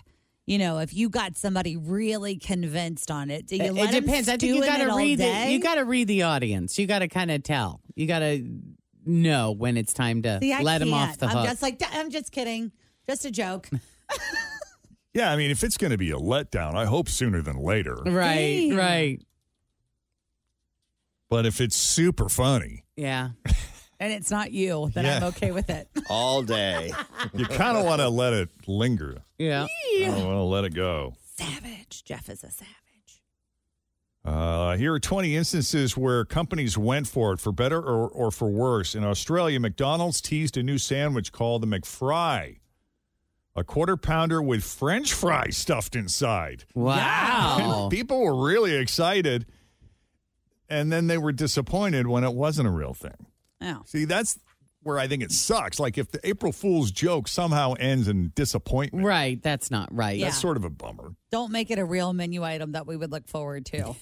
Speaker 4: You know, if you got somebody really convinced on it, do you
Speaker 3: It-
Speaker 4: let
Speaker 3: it depends. I think you
Speaker 4: got to
Speaker 3: read
Speaker 4: day?
Speaker 3: the you got to read the audience. You got to kind of tell. You got to know when it's time to
Speaker 4: See, I
Speaker 3: let them off
Speaker 4: can't.
Speaker 3: the hook.
Speaker 4: I'm just like, I'm just kidding. Just a joke.
Speaker 2: Yeah. I mean, if it's going to be a letdown, I hope sooner than later.
Speaker 3: right,
Speaker 4: Damn.
Speaker 3: right.
Speaker 2: But if it's super funny,
Speaker 3: Yeah.
Speaker 4: and it's not you, then I'm
Speaker 2: Yeah.
Speaker 4: okay with it.
Speaker 7: all day.
Speaker 2: you kind of want to let it linger.
Speaker 3: Yeah.
Speaker 2: I don't want to let it go.
Speaker 4: Savage. Jeff is a savage.
Speaker 2: Uh, here are 20 instances where companies went for it, for better or, or for worse. In Australia, McDonald's teased a new sandwich called the McFry, a quarter pounder with French fry stuffed inside.
Speaker 3: Wow.
Speaker 2: People were really excited, and then they were disappointed when it wasn't a real thing.
Speaker 4: Oh.
Speaker 2: See, that's where I think it sucks. Like if the April Fool's joke somehow ends in disappointment,
Speaker 3: Right. That's not right.
Speaker 4: Yeah.
Speaker 2: that's sort of a bummer.
Speaker 4: Don't make it a real menu item that we would look forward to.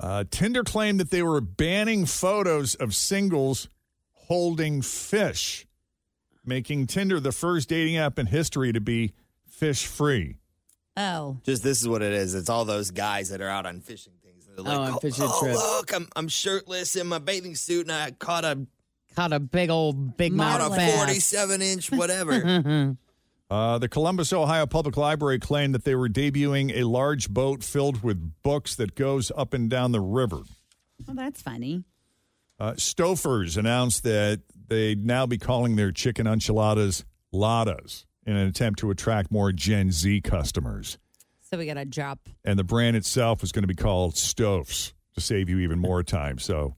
Speaker 2: Uh, Tinder claimed that they were banning photos of singles holding fish, making Tinder the first dating app in history to be fish free.
Speaker 4: Oh.
Speaker 7: Just this is what it is. It's all those guys that are out on fishing things. They're like,
Speaker 3: Oh, on
Speaker 7: oh,
Speaker 3: fishing
Speaker 7: oh,
Speaker 3: trips."
Speaker 7: look, I'm, I'm shirtless in my bathing suit and I caught a,
Speaker 3: Caught a big old big
Speaker 7: caught
Speaker 3: mouth
Speaker 7: a
Speaker 3: bass.
Speaker 7: 47 inch whatever.
Speaker 2: Uh, the Columbus, Ohio Public Library claimed that they were debuting a large boat filled with books that goes up and down the river.
Speaker 4: Well, that's funny.
Speaker 2: Uh, Stofers announced that they'd now be calling their chicken enchiladas ladas in an attempt to attract more Gen Z customers.
Speaker 4: So we got to drop.
Speaker 2: and the brand itself is going to be called Stoves to save you even more time. So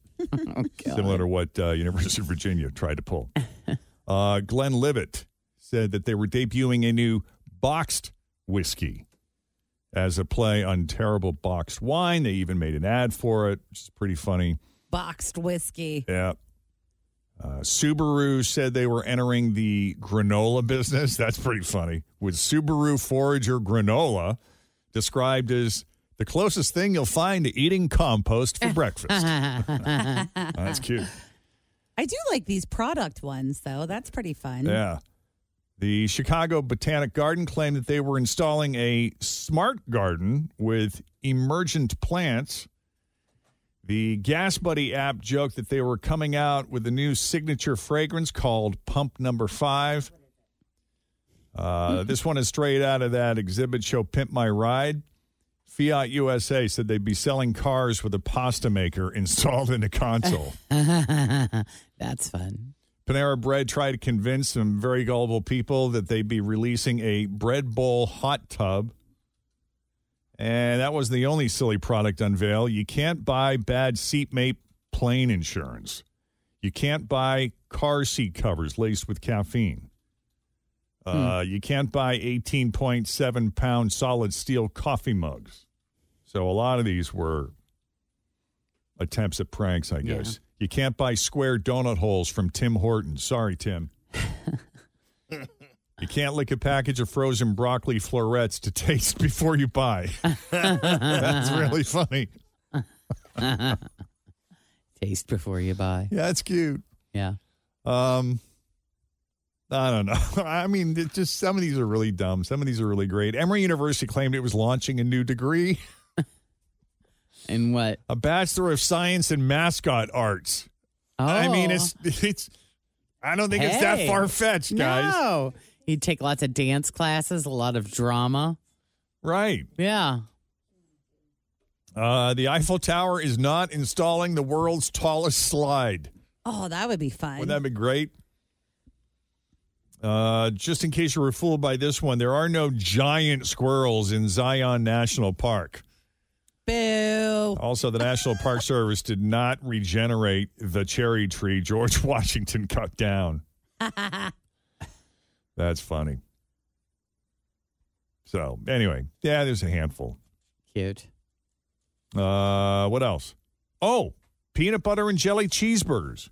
Speaker 2: similar to what uh, University of Virginia tried to pull. Uh, Glenn Livett said that they were debuting a new boxed whiskey as a play on terrible boxed wine. They even made an ad for it, which is pretty funny.
Speaker 4: Boxed whiskey.
Speaker 2: Yeah. Uh, Subaru said they were entering the granola business. That's pretty funny. With Subaru Forager granola described as the closest thing you'll find to eating compost for breakfast. That's cute.
Speaker 4: I do like these product ones, though. That's pretty fun.
Speaker 2: Yeah. The Chicago Botanic Garden claimed that they were installing a smart garden with emergent plants. The Gas Buddy app joked that they were coming out with a new signature fragrance called Pump Number Five. Uh, this one is straight out of that exhibit show Pimp My Ride. Fiat USA said they'd be selling cars with a pasta maker installed in the console.
Speaker 3: That's fun.
Speaker 2: Panera Bread tried to convince some very gullible people that they'd be releasing a bread bowl hot tub. And that was the only silly product unveil. You can't buy bad seatmate plane insurance. You can't buy car seat covers laced with caffeine. Uh, You can't buy 18.7 pound solid steel coffee mugs. So a lot of these were attempts at pranks, I
Speaker 3: Yeah.
Speaker 2: guess. You can't buy square donut holes from Tim Hortons. Sorry, Tim. you can't lick a package of frozen broccoli florets to taste before you buy. That's really funny.
Speaker 3: Taste before you buy.
Speaker 2: Yeah, that's cute.
Speaker 3: Yeah.
Speaker 2: Um, I don't know. I mean, it just some of these are really dumb. Some of these are really great. Emory University claimed it was launching a new degree,
Speaker 3: And what?
Speaker 2: a Bachelor of Science in Mascot Arts.
Speaker 3: Oh.
Speaker 2: I mean, it's it's. I don't think it's that
Speaker 3: Hey.
Speaker 2: far fetched, guys.
Speaker 3: No. He'd take lots of dance classes, a lot of drama.
Speaker 2: Right.
Speaker 3: Yeah.
Speaker 2: Uh, the Eiffel Tower is not installing the world's tallest slide.
Speaker 4: Oh, that would be fun.
Speaker 2: Wouldn't that be great? Uh, just in case you were fooled by this one, there are no giant squirrels in Zion National Park.
Speaker 4: Boo.
Speaker 2: Also, the National Park Service did not regenerate the cherry tree George Washington cut down. That's funny. So anyway, yeah, there's a handful.
Speaker 3: Cute.
Speaker 2: Uh, what else? Oh, peanut butter and jelly cheeseburgers.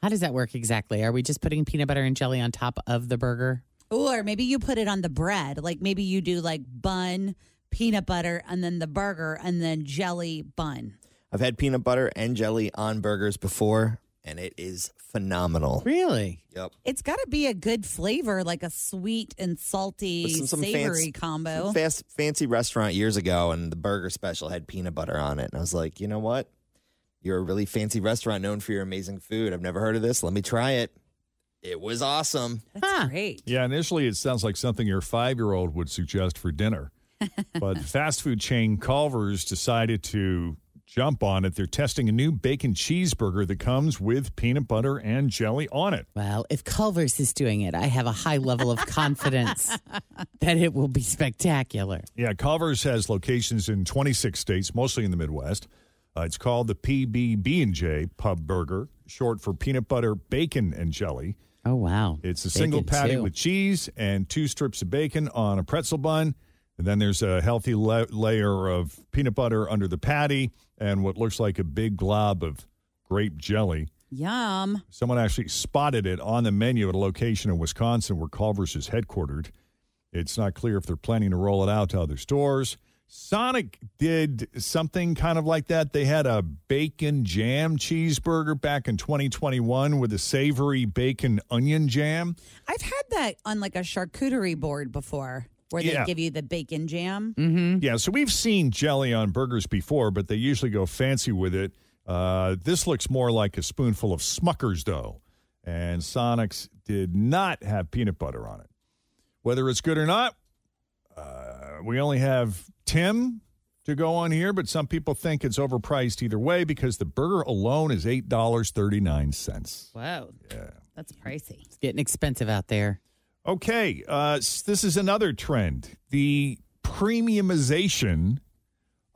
Speaker 3: How does that work exactly? Are we just putting peanut butter and jelly on top of the burger?
Speaker 4: Or maybe you put it on the bread. Like maybe you do like bun, peanut butter, and then the burger, and then jelly bun.
Speaker 7: I've had peanut butter and jelly on burgers before, and it is phenomenal.
Speaker 3: Really?
Speaker 7: Yep.
Speaker 4: It's got to be a good flavor, like a sweet and salty,
Speaker 7: Listen, some
Speaker 4: savory
Speaker 7: fancy-
Speaker 4: combo.
Speaker 7: Some fast, fancy restaurant years ago, and the burger special had peanut butter on it, and I was like, you know what? You're a really fancy restaurant known for your amazing food. I've never heard of this. Let me try it. It was awesome.
Speaker 4: That's great.
Speaker 2: Yeah, initially it sounds like something your five year old would suggest for dinner. but fast food chain Culver's decided to jump on it. They're testing a new bacon cheeseburger that comes with peanut butter and jelly on it.
Speaker 3: Well, if Culver's is doing it, I have a high level of confidence that it will be spectacular.
Speaker 2: Yeah, Culver's has locations in 26 states, mostly in the Midwest. Uh, it's called the PBB and J Pub Burger, short for peanut butter, bacon, and jelly.
Speaker 3: Oh wow!
Speaker 2: It's a single
Speaker 3: Bacon,
Speaker 2: patty
Speaker 3: too.
Speaker 2: with cheese and two strips of bacon on a pretzel bun. And then there's a healthy la- layer of peanut butter under the patty and what looks like a big glob of grape jelly.
Speaker 4: Yum.
Speaker 2: Someone actually spotted it on the menu at a location in Wisconsin where Culver's is headquartered. It's not clear if they're planning to roll it out to other stores. Sonic did something kind of like that. They had a bacon jam cheeseburger back in 2021 with a savory bacon onion jam.
Speaker 4: I've had that on like a charcuterie board before where they
Speaker 2: Yeah.
Speaker 4: give you the bacon jam.
Speaker 2: Yeah, so we've seen jelly on burgers before, but they usually go fancy with it. Uh, this looks more like a spoonful of Smucker's dough, and Sonic's did not have peanut butter on it. Whether it's good or not, uh, we only have Tim to go on here, but some people think it's overpriced either way because the burger alone is eight dollars thirty nine cents.
Speaker 4: Wow. That's pricey.
Speaker 3: It's getting expensive out there.
Speaker 2: Okay, uh, s- this is another trend: the premiumization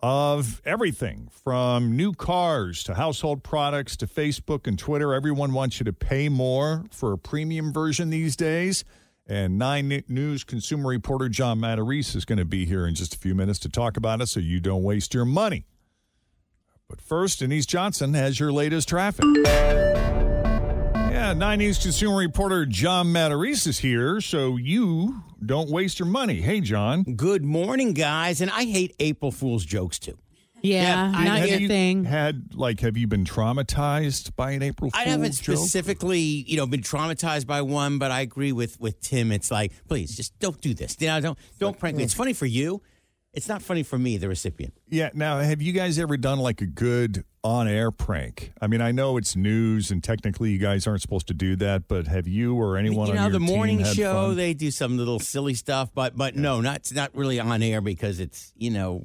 Speaker 2: of everything, from new cars to household products to Facebook and Twitter. Everyone wants you to pay more for a premium version these days. And Nine Ni- News consumer reporter John Matarese is going to be here in just a few minutes to talk about it, so you don't waste your money. But first, Denise Johnson has your latest traffic. Yeah, 9 News consumer reporter John Matarese is here, so you don't waste your money. Hey, John.
Speaker 14: Good morning, guys. And I hate April Fool's jokes too.
Speaker 3: Yeah, not
Speaker 2: have
Speaker 3: your
Speaker 2: you
Speaker 3: thing.
Speaker 2: Had like, have you been traumatized by an April Fool's
Speaker 14: I haven't
Speaker 2: joke?
Speaker 14: specifically, you know, been traumatized by one, but I agree with with Tim. It's like, please, just don't do this. You know, don't don't prank me. It's funny for you. It's not funny for me, the recipient.
Speaker 2: Yeah. Now, have you guys ever done like a good on-air prank? I mean, I know it's news, and technically, you guys aren't supposed to do that. But have you or anyone
Speaker 14: you
Speaker 2: on
Speaker 14: know, the
Speaker 2: your team
Speaker 14: morning
Speaker 2: had
Speaker 14: show
Speaker 2: fun?
Speaker 14: they do some little silly stuff, but but no, not not really on air because it's you know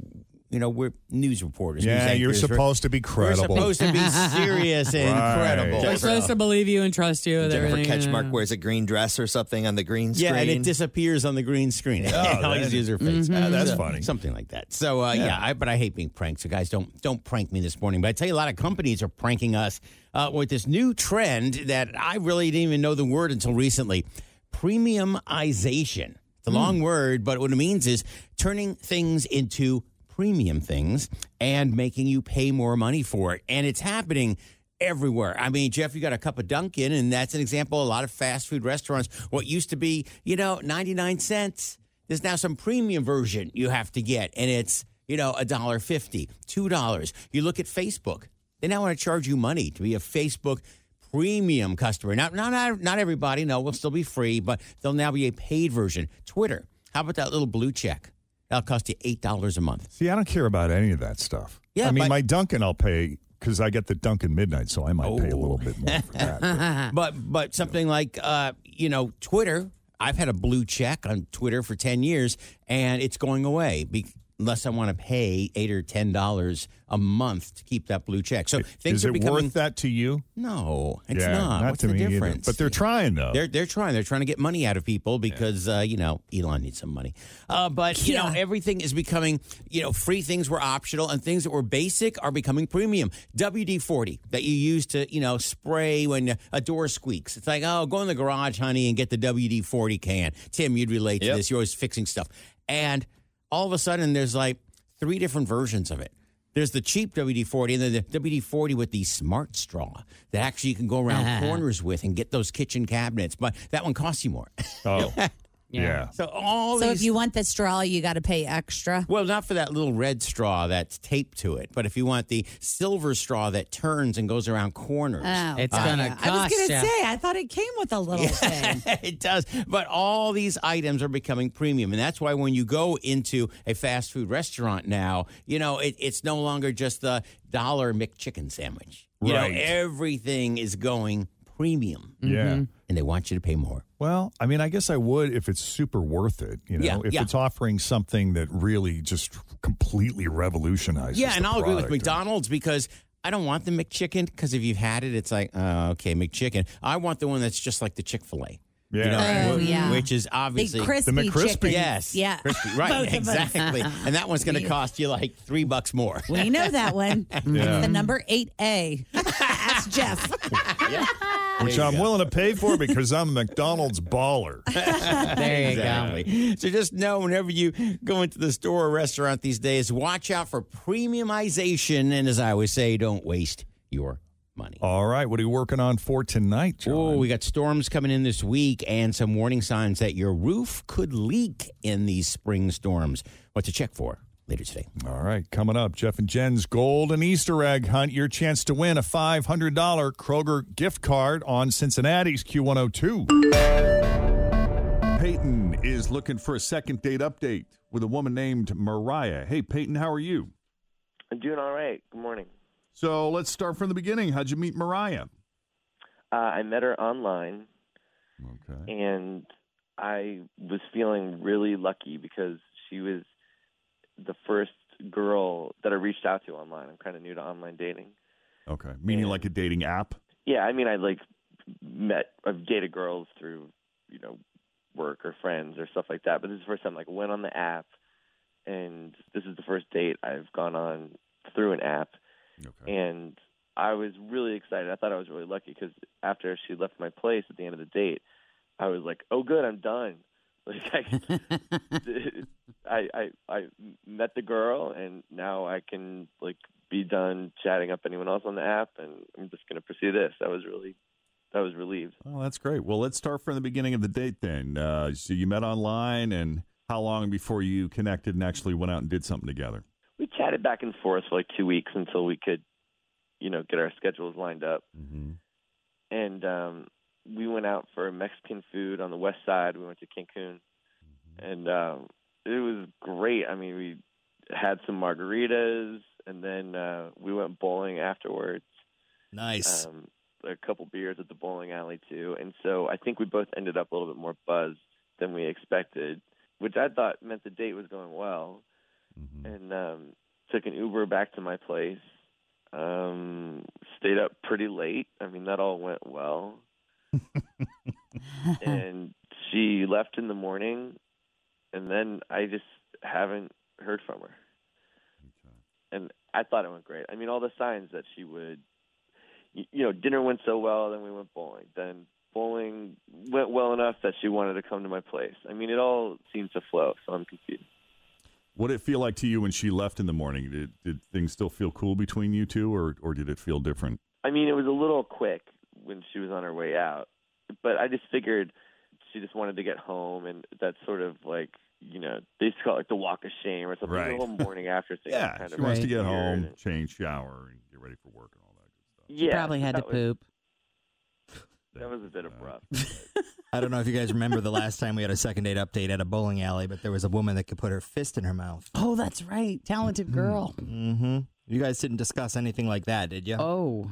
Speaker 14: you know we're news reporters. news
Speaker 2: yeah, you're
Speaker 14: anchors. We're-
Speaker 2: supposed to be credible.
Speaker 14: We're supposed to be serious and
Speaker 2: Right.
Speaker 14: credible.
Speaker 7: We're supposed to
Speaker 14: believe you and trust you. uh,
Speaker 7: Jennifer Ketchmark wears a green dress or something on the green screen.
Speaker 14: Yeah, and it disappears on the green screen. It always is her face.
Speaker 7: Mhm. Uh, that's
Speaker 14: So-
Speaker 7: funny.
Speaker 14: Something like that. So uh, yeah, I, but I hate being pranked. So guys, don't don't prank me this morning. But I tell you, a lot of companies are pranking us uh, with this new trend that I really didn't even know the word until recently: premiumization. It's a long word, but what it means is turning things into premium things and making you pay more money for it. And it's happening everywhere. I mean, Jeff, you got a cup of Dunkin', and that's an example. A lot of fast food restaurants, what used to be, you know, 99 cents, there's now some premium version you have to get, and it's, you know, $1.50, $2. You look at Facebook, they now want to charge you money to be a Facebook premium customer. Not, not, not- not everybody, no, will still be free, but there'll now be a paid version. Twitter, how about that little blue check? That'll cost you $8 a month.
Speaker 2: See, I don't care about any of that stuff.
Speaker 14: Yeah,
Speaker 2: I mean,
Speaker 14: but-
Speaker 2: my Duncan, I'll pay because I get the Duncan midnight, so I might pay a little bit more.
Speaker 14: but but something like uh, you know Twitter. I've had a blue check on Twitter for ten years, and it's going away. Be- unless I want to pay eight or ten dollars a month to keep that blue check. So things
Speaker 2: Is
Speaker 14: are
Speaker 2: it
Speaker 14: becoming
Speaker 2: worth that to you?
Speaker 14: No, it's
Speaker 2: Yeah,
Speaker 14: not. What's
Speaker 2: to
Speaker 14: the
Speaker 2: me either.
Speaker 14: difference?
Speaker 2: But they're trying though.
Speaker 14: They're they're trying. They're trying to get money out of people because uh, you know Elon needs some money. Uh, but you know everything is becoming you know free things were optional and things that were basic are becoming premium. WD forty that you use to you know spray when a door squeaks. It's like oh go in the garage, honey, and get the WD forty can. Tim, you'd relate to this. You're always fixing stuff, and all of a sudden there's like three different versions of it. There's the cheap WD 40 and then the WD 40 with the smart straw that actually you can go around corners with and get those kitchen cabinets. But that one costs you more.
Speaker 2: Oh, yeah.
Speaker 14: So all
Speaker 4: so if
Speaker 14: these-
Speaker 4: you want the straw, you got to pay extra.
Speaker 14: Well, not for that little red straw that's taped to it, but if you want the silver straw that turns and goes around corners,
Speaker 4: Oh,
Speaker 14: Uh,
Speaker 4: yeah. I was gonna say, I thought it came with a little thing.
Speaker 14: it does. But all these items are becoming premium. And that's why when you go into a fast food restaurant now, you know, it, it's no longer just the dollar McChicken sandwich. You
Speaker 2: Right.
Speaker 14: know, everything is going premium.
Speaker 2: Yeah.
Speaker 14: mm-hmm. And they want you to pay more.
Speaker 2: Well, I mean, I guess I would if it's super worth it. You know,
Speaker 14: Yeah,
Speaker 2: if
Speaker 14: yeah.
Speaker 2: it's offering something that really just completely revolutionizes.
Speaker 14: Yeah, and
Speaker 2: the
Speaker 14: I'll agree with
Speaker 2: product.
Speaker 14: McDonald's because I don't want the McChicken because if you've had it, it's like, oh, okay, McChicken. I want the one that's just like the Chick fil A.
Speaker 2: Yeah.
Speaker 4: Oh, yeah.
Speaker 14: Which is obviously
Speaker 4: crispy The McCrispy. chickens.
Speaker 14: Yes.
Speaker 4: Yeah.
Speaker 14: Crispy.
Speaker 4: Both of
Speaker 14: Right.
Speaker 4: 'em.
Speaker 14: exactly. and that one's going to cost you like three bucks more.
Speaker 4: We know that one.
Speaker 2: Yeah.
Speaker 4: It's the number eight A. Ask Jeff.
Speaker 2: which I'm willing to pay for because I'm a McDonald's baller.
Speaker 14: there
Speaker 2: you go.
Speaker 14: So just know whenever you go into the store or restaurant these days, watch out for premiumization. And as I always say, don't waste your money.
Speaker 2: All right, what are you working on for tonight, John?
Speaker 14: Oh, we got storms coming in this week and some warning signs that your roof could leak in these spring storms. What to check for later today.
Speaker 2: All right, coming up, Jeff and Jen's Golden Easter Egg Hunt. Your chance to win a $500 Kroger gift card on Cincinnati's Q102.
Speaker 17: Peyton is looking for a second date update with a woman named Mariah. Hey, Peyton, how are you?
Speaker 18: I'm doing all right. Good morning.
Speaker 17: So let's start from the beginning. How'd you meet Mariah?
Speaker 18: Uh, I met her online,
Speaker 17: Okay.
Speaker 18: and I was feeling really lucky because she was the first girl that I reached out to online. I'm kind of new to online dating.
Speaker 17: Okay. Meaning like a dating app?
Speaker 18: Yeah, I mean, I like met I've dated girls through you know work or friends or stuff like that, but this is the first time like went on the app, and this is the first date I've gone on through an app, and I was really excited. I thought I was really lucky because after she left my place at the end of the date, I was like, oh good, I'm done. Like I, I, I, I met the girl, and now I can like be done chatting up anyone else on the app, and I'm just gonna pursue this. I was really, I was relieved.
Speaker 17: Oh, that's great. Well, let's start from the beginning of the date then. Uh, so you met online, and how long before you connected and actually went out and did something together?
Speaker 18: We chatted back and forth for like two weeks until we could, you know, get our schedules lined up, and um, we went out for Mexican food on the west side. We went to Cancun, and um, it was great. I mean, we had some margaritas, and then uh, we went bowling afterwards.
Speaker 14: Nice.
Speaker 18: Um, a couple beers at the bowling alley too, and so I think we both ended up a little bit more buzzed than we expected, which I thought meant the date was going well. And um, took an Uber back to my place. Um, stayed up pretty late. I mean, that all went well. and she left in the morning, and then I just haven't heard from her. And I thought it went great. I mean, all the signs that she would y- you know, dinner went so well, then we went bowling. Then bowling went well enough that she wanted to come to my place. I mean, it all seems to flow, so I'm confused.
Speaker 17: What did it feel like to you when she left in the morning? Did, did things still feel cool between you two, or, or did it feel different?
Speaker 18: I mean, it was a little quick when she was on her way out, but I just figured she just wanted to get home, and that's sort of like, you know, they used to call it like the walk of shame or something.
Speaker 17: Right.
Speaker 18: The whole morning after thing.
Speaker 17: Yeah,
Speaker 18: kind
Speaker 17: she
Speaker 18: of
Speaker 17: wants to get
Speaker 18: weird.
Speaker 17: home, change, shower, and get ready for work and all
Speaker 18: Yeah,
Speaker 3: probably
Speaker 18: so
Speaker 3: had
Speaker 18: that
Speaker 3: to
Speaker 18: was-
Speaker 3: poop.
Speaker 18: That was a bit abrupt.
Speaker 19: I don't know if you guys remember the last time we had a second date update at a bowling alley, but there was a woman that could put her fist in her mouth.
Speaker 3: Oh, that's right. Talented girl.
Speaker 19: Mm-hmm. You guys didn't discuss anything like that, did you?
Speaker 3: Oh.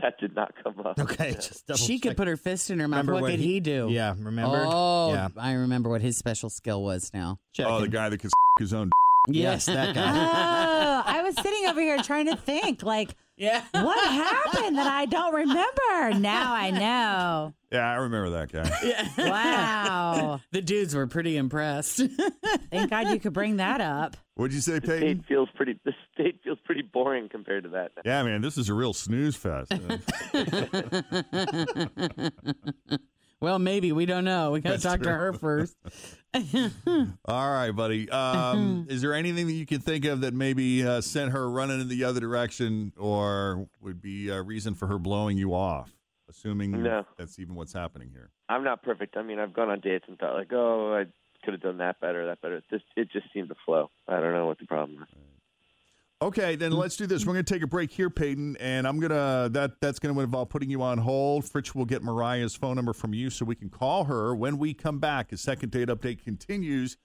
Speaker 18: that did not come up.
Speaker 19: Okay, just uh, double
Speaker 3: She could
Speaker 19: check.
Speaker 3: put her fist in her mouth.
Speaker 19: Remember
Speaker 3: what
Speaker 19: what
Speaker 3: could he,
Speaker 19: he-
Speaker 3: do?
Speaker 19: Yeah, remember?
Speaker 3: Oh,
Speaker 19: Yeah.
Speaker 3: I remember what his special skill was now.
Speaker 17: Oh, the guy that could his own
Speaker 20: Yes, that guy.
Speaker 4: Oh, I was sitting over here trying to think, like, yeah. what happened that I don't remember? Now I know.
Speaker 2: Yeah, I remember that guy.
Speaker 4: Wow.
Speaker 3: the dudes were pretty impressed.
Speaker 4: Thank God you could bring that up.
Speaker 2: What'd you say,
Speaker 18: The
Speaker 2: Peyton?
Speaker 18: state feels pretty. The state feels pretty boring compared to that.
Speaker 2: Yeah, man, this is a real snooze fest. Uh,
Speaker 3: well, maybe. We don't know. We got to talk to her first.
Speaker 2: All right, buddy.
Speaker 18: Mm-hmm.
Speaker 2: Um, is there anything that you can think of that maybe uh, sent her running in the other direction, or would be a reason for her blowing you off? Assuming
Speaker 18: No.
Speaker 2: that's even what's happening here.
Speaker 18: I'm not perfect. I mean, I've gone on dates and thought like, oh, I could have done that better, that better. This it just seemed to flow. I don't know what the problem was.
Speaker 2: Okay, then let's do this. We're going to take a break here, Peyton, and I'm gonna that that's going to involve putting you on hold. Fritch will get Mariah's phone number from you so we can call her when we come back. As second date update continues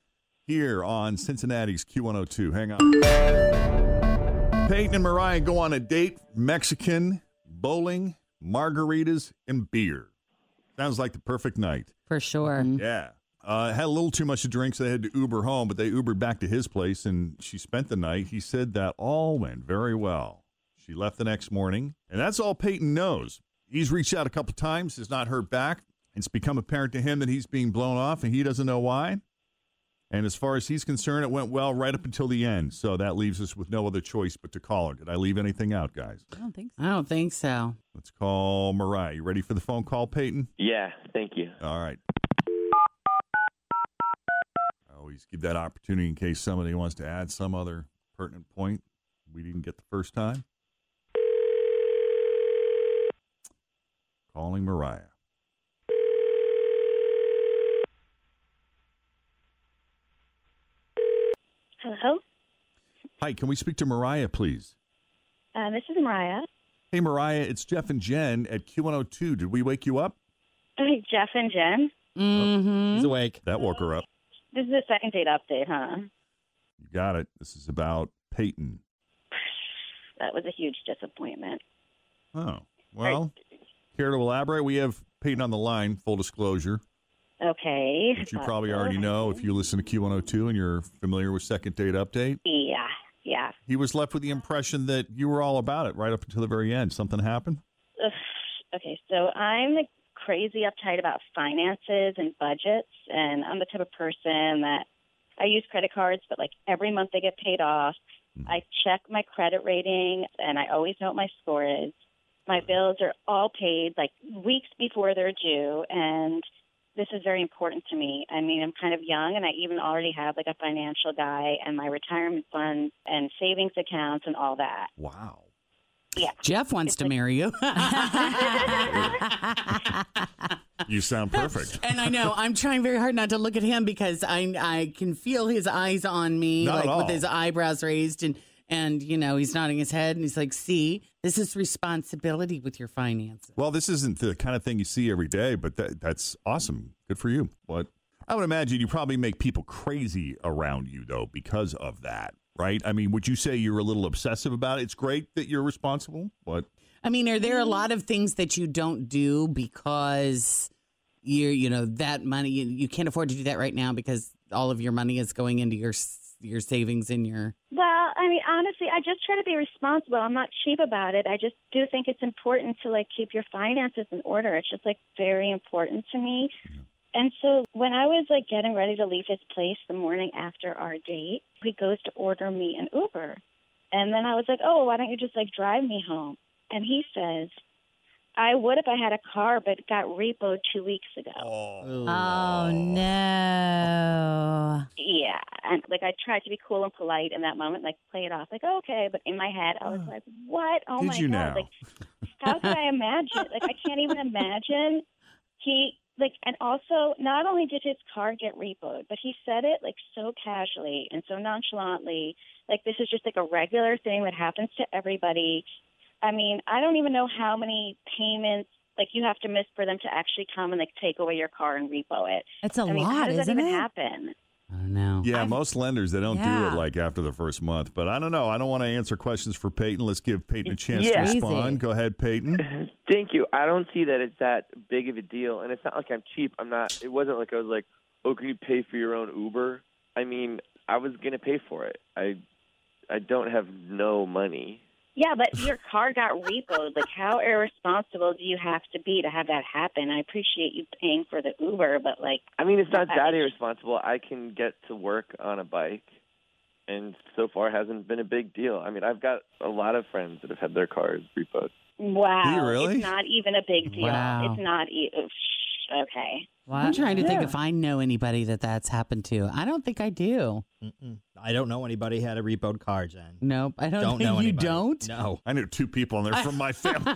Speaker 2: here on Cincinnati's Q102. Hang on. Peyton and Mariah go on a date: Mexican, bowling, margaritas, and beer. Sounds like the perfect night.
Speaker 4: For sure.
Speaker 2: Yeah. Uh, had a little too much to drink, so they had to Uber home, but they Ubered back to his place and she spent the night. He said that all went very well. She left the next morning, and that's all Peyton knows. He's reached out a couple times, has not heard back. It's become apparent to him that he's being blown off and he doesn't know why. And as far as he's concerned, it went well right up until the end. So that leaves us with no other choice but to call her. Did I leave anything out, guys?
Speaker 4: I don't think
Speaker 3: I don't think so.
Speaker 2: Let's call Mariah. You ready for the phone call, Peyton?
Speaker 18: Yeah, thank you.
Speaker 2: All right. I always give that opportunity in case somebody wants to add some other pertinent point we didn't get the first time. Calling Mariah.
Speaker 21: Hello,
Speaker 2: Hi, can we speak to Mariah, please?
Speaker 21: uh, this is Mariah.
Speaker 2: Hey, Mariah, it's Jeff and Jen at Q102. Did we wake you up?
Speaker 21: Hey, Jeff and Jen.
Speaker 2: He's awake. That woke her up.
Speaker 21: This is a second date update, huh?
Speaker 2: You got it. This is about Peyton.
Speaker 21: That was a huge disappointment.
Speaker 2: Oh, well, care to elaborate? We have Peyton on the line, full disclosure.
Speaker 21: Okay.
Speaker 2: Which you probably already know if you listen to Q102 and you're familiar with Second Date Update.
Speaker 21: Yeah, yeah.
Speaker 2: He was left with the impression that you were all about it right up until the very end. Something happened?
Speaker 21: Ugh. Okay, so I'm crazy uptight about finances and budgets, and I'm the type of person that I use credit cards, but like every month they get paid off. I check my credit rating, and I always know what my score is. My bills are all paid like weeks before they're due, and this is very important to me. I mean, I'm kind of young, and I even already have like a financial guy and my retirement funds and savings accounts and all that.
Speaker 2: Wow.
Speaker 21: Yeah.
Speaker 3: Jeff wants to marry you.
Speaker 2: You sound perfect.
Speaker 3: And I know I'm trying very hard not to look at him because I I can feel his eyes on me,
Speaker 2: Not at
Speaker 3: like with
Speaker 2: all.
Speaker 3: his eyebrows raised and and you know he's nodding his head and he's like, "See, this is responsibility with your finances."
Speaker 2: Well, this isn't the kind of thing you see every day, but that, that's awesome. Good for you. But I would imagine you probably make people crazy around you, though, because of that, right? I mean, would you say you're a little obsessive about it? It's great that you're responsible, but
Speaker 3: I mean, are there a lot of things that you don't do because you're you know that money you, you can't afford to do that right now because all of your money is going into your s- your savings and your
Speaker 21: Well, I mean, honestly, I just try to be responsible. I'm not cheap about it. I just do think it's important to like keep your finances in order. It's just like very important to me. And so when I was like getting ready to leave his place the morning after our date, he goes to order me an Uber. And then I was like, "Oh, why don't you just like drive me home?" And he says, "I would if I had a car, but it got repoed 2 weeks ago."
Speaker 4: Oh, no.
Speaker 21: Yeah, and like I tried to be cool and polite in that moment, like play it off, like "Oh, okay, but in my head I was like, what? Oh
Speaker 2: Did
Speaker 21: my
Speaker 2: you
Speaker 21: god!
Speaker 2: now?
Speaker 21: Like, how could I imagine? Like, I can't even imagine. He like, and also not only did his car get repoed, but he said it like so casually and so nonchalantly, like this is just like a regular thing that happens to everybody. I mean, I don't even know how many payments like you have to miss for them to actually come and like take away your car and repo it.
Speaker 4: It's a
Speaker 21: I mean, how
Speaker 4: lot,
Speaker 21: does
Speaker 4: isn't
Speaker 21: that even
Speaker 4: it?
Speaker 21: happen?
Speaker 3: Oh,
Speaker 2: Yeah, most lenders they don't do
Speaker 21: Yeah.
Speaker 2: it like after the first month. But I don't know. I don't want to answer questions for Peyton. Let's give Peyton a chance
Speaker 18: Yeah.
Speaker 2: to
Speaker 18: Crazy.
Speaker 2: respond. Go ahead, Peyton.
Speaker 18: Thank you. I don't see that it's that big of a deal, and it's not like I'm cheap. I'm not. It wasn't like I was like, "Oh, can you pay for your own Uber?" I mean, I was gonna pay for it. I I don't have no money.
Speaker 21: Yeah, but your car got repoed. Like, how irresponsible do you have to be to have that happen? I appreciate you paying for the Uber, but like,
Speaker 18: I mean, it's not
Speaker 21: I-
Speaker 18: that irresponsible. I can get to work on a bike, and so far hasn't been a big deal. I mean, I've got a lot of friends that have had their cars repoed.
Speaker 21: wow,
Speaker 18: Do you really?
Speaker 21: it's not even a big deal.
Speaker 3: Wow.
Speaker 21: It's not e- oh, sh- okay.
Speaker 3: I'm trying to think
Speaker 21: Yeah.
Speaker 3: if I know anybody that that's happened to. I don't think I do.
Speaker 7: I don't know anybody had a repoed car, Jen.
Speaker 3: Nope. I don't,
Speaker 7: Don't
Speaker 3: think
Speaker 7: know
Speaker 3: you
Speaker 7: anybody.
Speaker 3: don't.
Speaker 7: No.
Speaker 2: I knew two people, and they're from my family.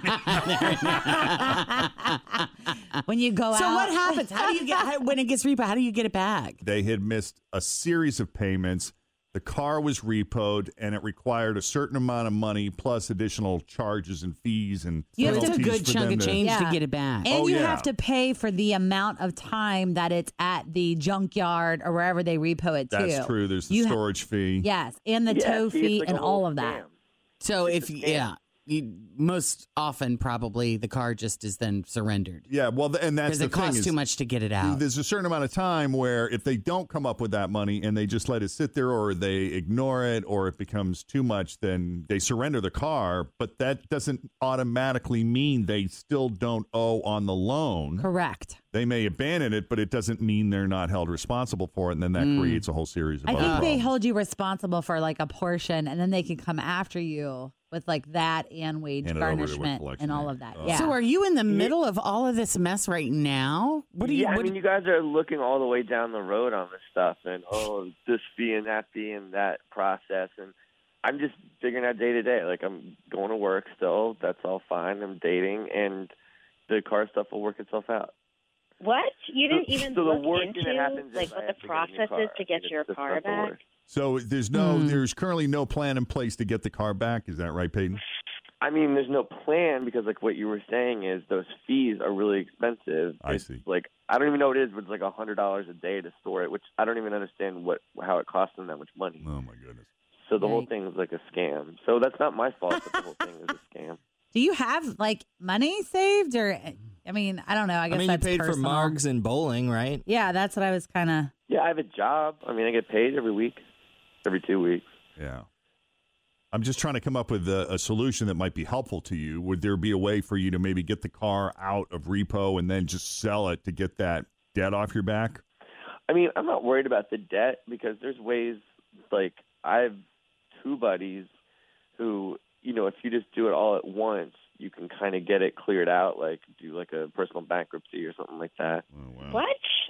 Speaker 4: when you go out.
Speaker 3: So what happens? How do you get how, when it gets repo? How do you get it back?
Speaker 2: they had missed a series of payments. The car was repoed, and it required a certain amount of money plus additional charges and fees and
Speaker 3: You have to
Speaker 2: penalties
Speaker 3: good
Speaker 2: for
Speaker 3: chunk
Speaker 2: them
Speaker 3: of
Speaker 2: to-
Speaker 3: change to get it back.
Speaker 4: And
Speaker 2: Oh,
Speaker 4: you
Speaker 2: yeah.
Speaker 4: have to pay for the amount of time that it's at the junkyard or wherever they repo it to.
Speaker 2: That's true. There's the
Speaker 4: You ha-
Speaker 2: storage fee.
Speaker 4: Yes, and the
Speaker 3: Yeah,
Speaker 4: tow
Speaker 3: see, it's
Speaker 4: fee
Speaker 3: like
Speaker 4: and
Speaker 3: a
Speaker 4: all
Speaker 3: whole
Speaker 4: of that.
Speaker 3: So if yeah, you, most often probably the car just is then surrendered
Speaker 2: Yeah, well, th- and that's
Speaker 3: because
Speaker 2: the
Speaker 3: it costs
Speaker 2: thing is-
Speaker 3: too much to get it out.
Speaker 2: There's a certain amount of time where if they don't come up with that money and they just let it sit there or they ignore it or it becomes too much, then they surrender the car. But that doesn't automatically mean they still don't owe on the loan.
Speaker 4: Correct.
Speaker 2: They may abandon it, but it doesn't mean they're not held responsible for it. And then that
Speaker 4: Mm.
Speaker 2: creates a whole series of
Speaker 4: I
Speaker 2: other
Speaker 4: think they
Speaker 2: problems.
Speaker 4: hold you responsible for like a portion, and then they can come after you with like that and wage
Speaker 3: Hand it over to the
Speaker 4: garnishment
Speaker 3: collection
Speaker 4: and all of that.
Speaker 3: Oh.
Speaker 4: Yeah.
Speaker 3: So are you in the middle of all of this mess right now? What are you?
Speaker 18: yeah,
Speaker 3: what
Speaker 18: I mean, you guys are looking all the way down the road on this stuff, and oh, this fee and that fee and that process, and I'm just figuring out day to day. Like I'm going to work still. That's all fine. I'm dating, and the car stuff will work itself out.
Speaker 21: What? You didn't even
Speaker 18: So the
Speaker 21: look
Speaker 18: worst thing that
Speaker 21: into
Speaker 18: happens is
Speaker 21: like
Speaker 18: I
Speaker 21: what the
Speaker 18: have to get a new
Speaker 21: process
Speaker 18: car.
Speaker 21: is to get
Speaker 18: It's
Speaker 21: your
Speaker 18: just
Speaker 21: car
Speaker 18: not the
Speaker 21: back.
Speaker 18: worst.
Speaker 2: So there's no,
Speaker 4: Mm.
Speaker 2: there's currently no plan in place to get the car back. Is that right, Peyton?
Speaker 18: I mean, there's no plan because, like, what you were saying is those fees are really expensive.
Speaker 2: I
Speaker 18: It's
Speaker 2: see.
Speaker 18: Like, I don't even know what it is, but it's like a hundred dollars a day to store it, which I don't even understand what how it costs them that much money.
Speaker 2: Oh my goodness!
Speaker 18: So the whole thing is like a scam. So that's not my fault that the whole thing is a scam.
Speaker 4: Do you have like money saved or? I mean, I don't know. I
Speaker 7: I,
Speaker 4: guess
Speaker 7: mean, you
Speaker 4: that's
Speaker 7: paid for
Speaker 4: personal.
Speaker 7: margs and bowling, right?
Speaker 4: Yeah, that's what I was kind of.
Speaker 18: Yeah, I have a job. I mean, I get paid every week, every two weeks.
Speaker 2: Yeah. I'm just trying to come up with a, a solution that might be helpful to you. Would there be a way for you to maybe get the car out of repo and then just sell it to get that debt off your back?
Speaker 18: I mean, I'm not worried about the debt because there's ways. Like, I have two buddies who, you know, if you just do it all at once, you can kind of get it cleared out. Like, do like a personal bankruptcy or something like that.
Speaker 21: What?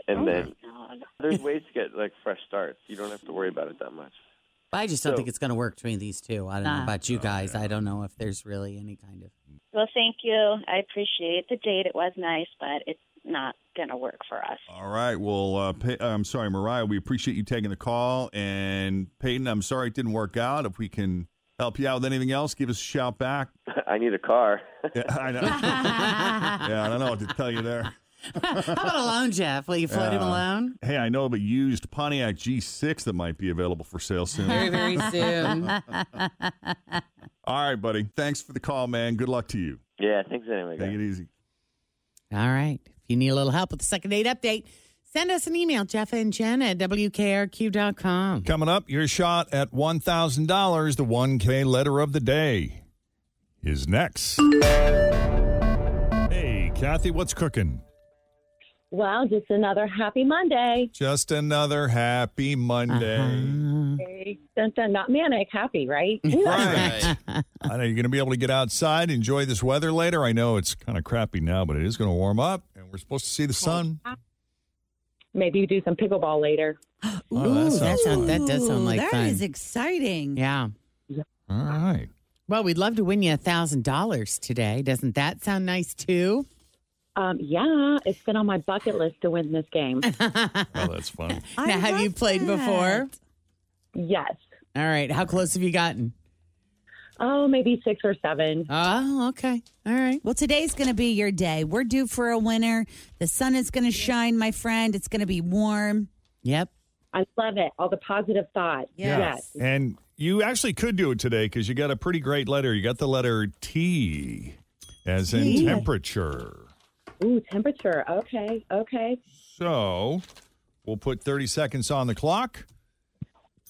Speaker 18: And
Speaker 21: Oh,
Speaker 18: then
Speaker 21: my God.
Speaker 18: there's ways to get like fresh starts. You don't have to worry about it that much.
Speaker 3: I just don't
Speaker 18: So-
Speaker 3: think it's going to work between these two. I don't know
Speaker 21: Nah.
Speaker 3: about you guys. I don't know if there's really any kind of.
Speaker 21: Well, thank you. I appreciate the date. It was nice, but it's not going to work for us.
Speaker 2: All right. Well, uh, Pey- I'm sorry, Mariah. We appreciate you taking the call. And Peyton, I'm sorry it didn't work out. If we can help you out with anything else, give us a shout back.
Speaker 18: I need a car.
Speaker 2: yeah, I know. yeah, I don't know what to tell you there.
Speaker 3: How about a loan, Jeff? Will you float him
Speaker 2: Uh,
Speaker 3: a loan?
Speaker 2: Hey, I know of a used Pontiac G6 that might be available for sale soon.
Speaker 3: Very, very soon.
Speaker 2: All right, buddy. Thanks for the call, man. Good luck to you.
Speaker 18: Yeah, thanks anyway.
Speaker 2: Take it easy.
Speaker 3: All right. If you need a little help with the second date update, send us an email, Jeff and Jen at WKRQ.com.
Speaker 2: Coming up, your shot at $1,000. The 1K letter of the day is next. Hey, Kathy, what's cooking?
Speaker 17: Well, just another happy Monday.
Speaker 2: Just another happy Monday.
Speaker 17: Hey, dun, dun, not manic, happy, right?
Speaker 2: Right. I know you're going to be able to get outside, enjoy this weather later. I know it's kind of crappy now, but it is going to warm up, and we're supposed to see the sun.
Speaker 17: Maybe do some pickleball later.
Speaker 2: Oh, that sounds
Speaker 3: that, sound, that does sound
Speaker 2: Ooh,
Speaker 3: like
Speaker 2: that
Speaker 3: fun.
Speaker 2: is
Speaker 4: exciting.
Speaker 3: Yeah.
Speaker 2: All right.
Speaker 3: Well, we'd love to win you a $1,000 today. Doesn't that sound nice, too?
Speaker 17: Um, yeah, it's been on my bucket list to win this game.
Speaker 2: Oh, that's funny.
Speaker 3: now, have you played before?
Speaker 17: Yes.
Speaker 3: All right. How close have you gotten?
Speaker 17: Oh, maybe six or seven.
Speaker 3: Oh, okay. All right.
Speaker 4: Well, today's going to be your day. We're due for a winter. The sun is going to shine, my friend. It's going to be warm.
Speaker 3: Yep.
Speaker 17: I love it. All the positive thought. yes.
Speaker 2: And you actually could do it today because you got a pretty great letter. You got the letter T, as in
Speaker 17: T.
Speaker 2: temperature.
Speaker 17: Ooh, temperature. Okay. Okay.
Speaker 2: So we'll put 30 seconds on the clock.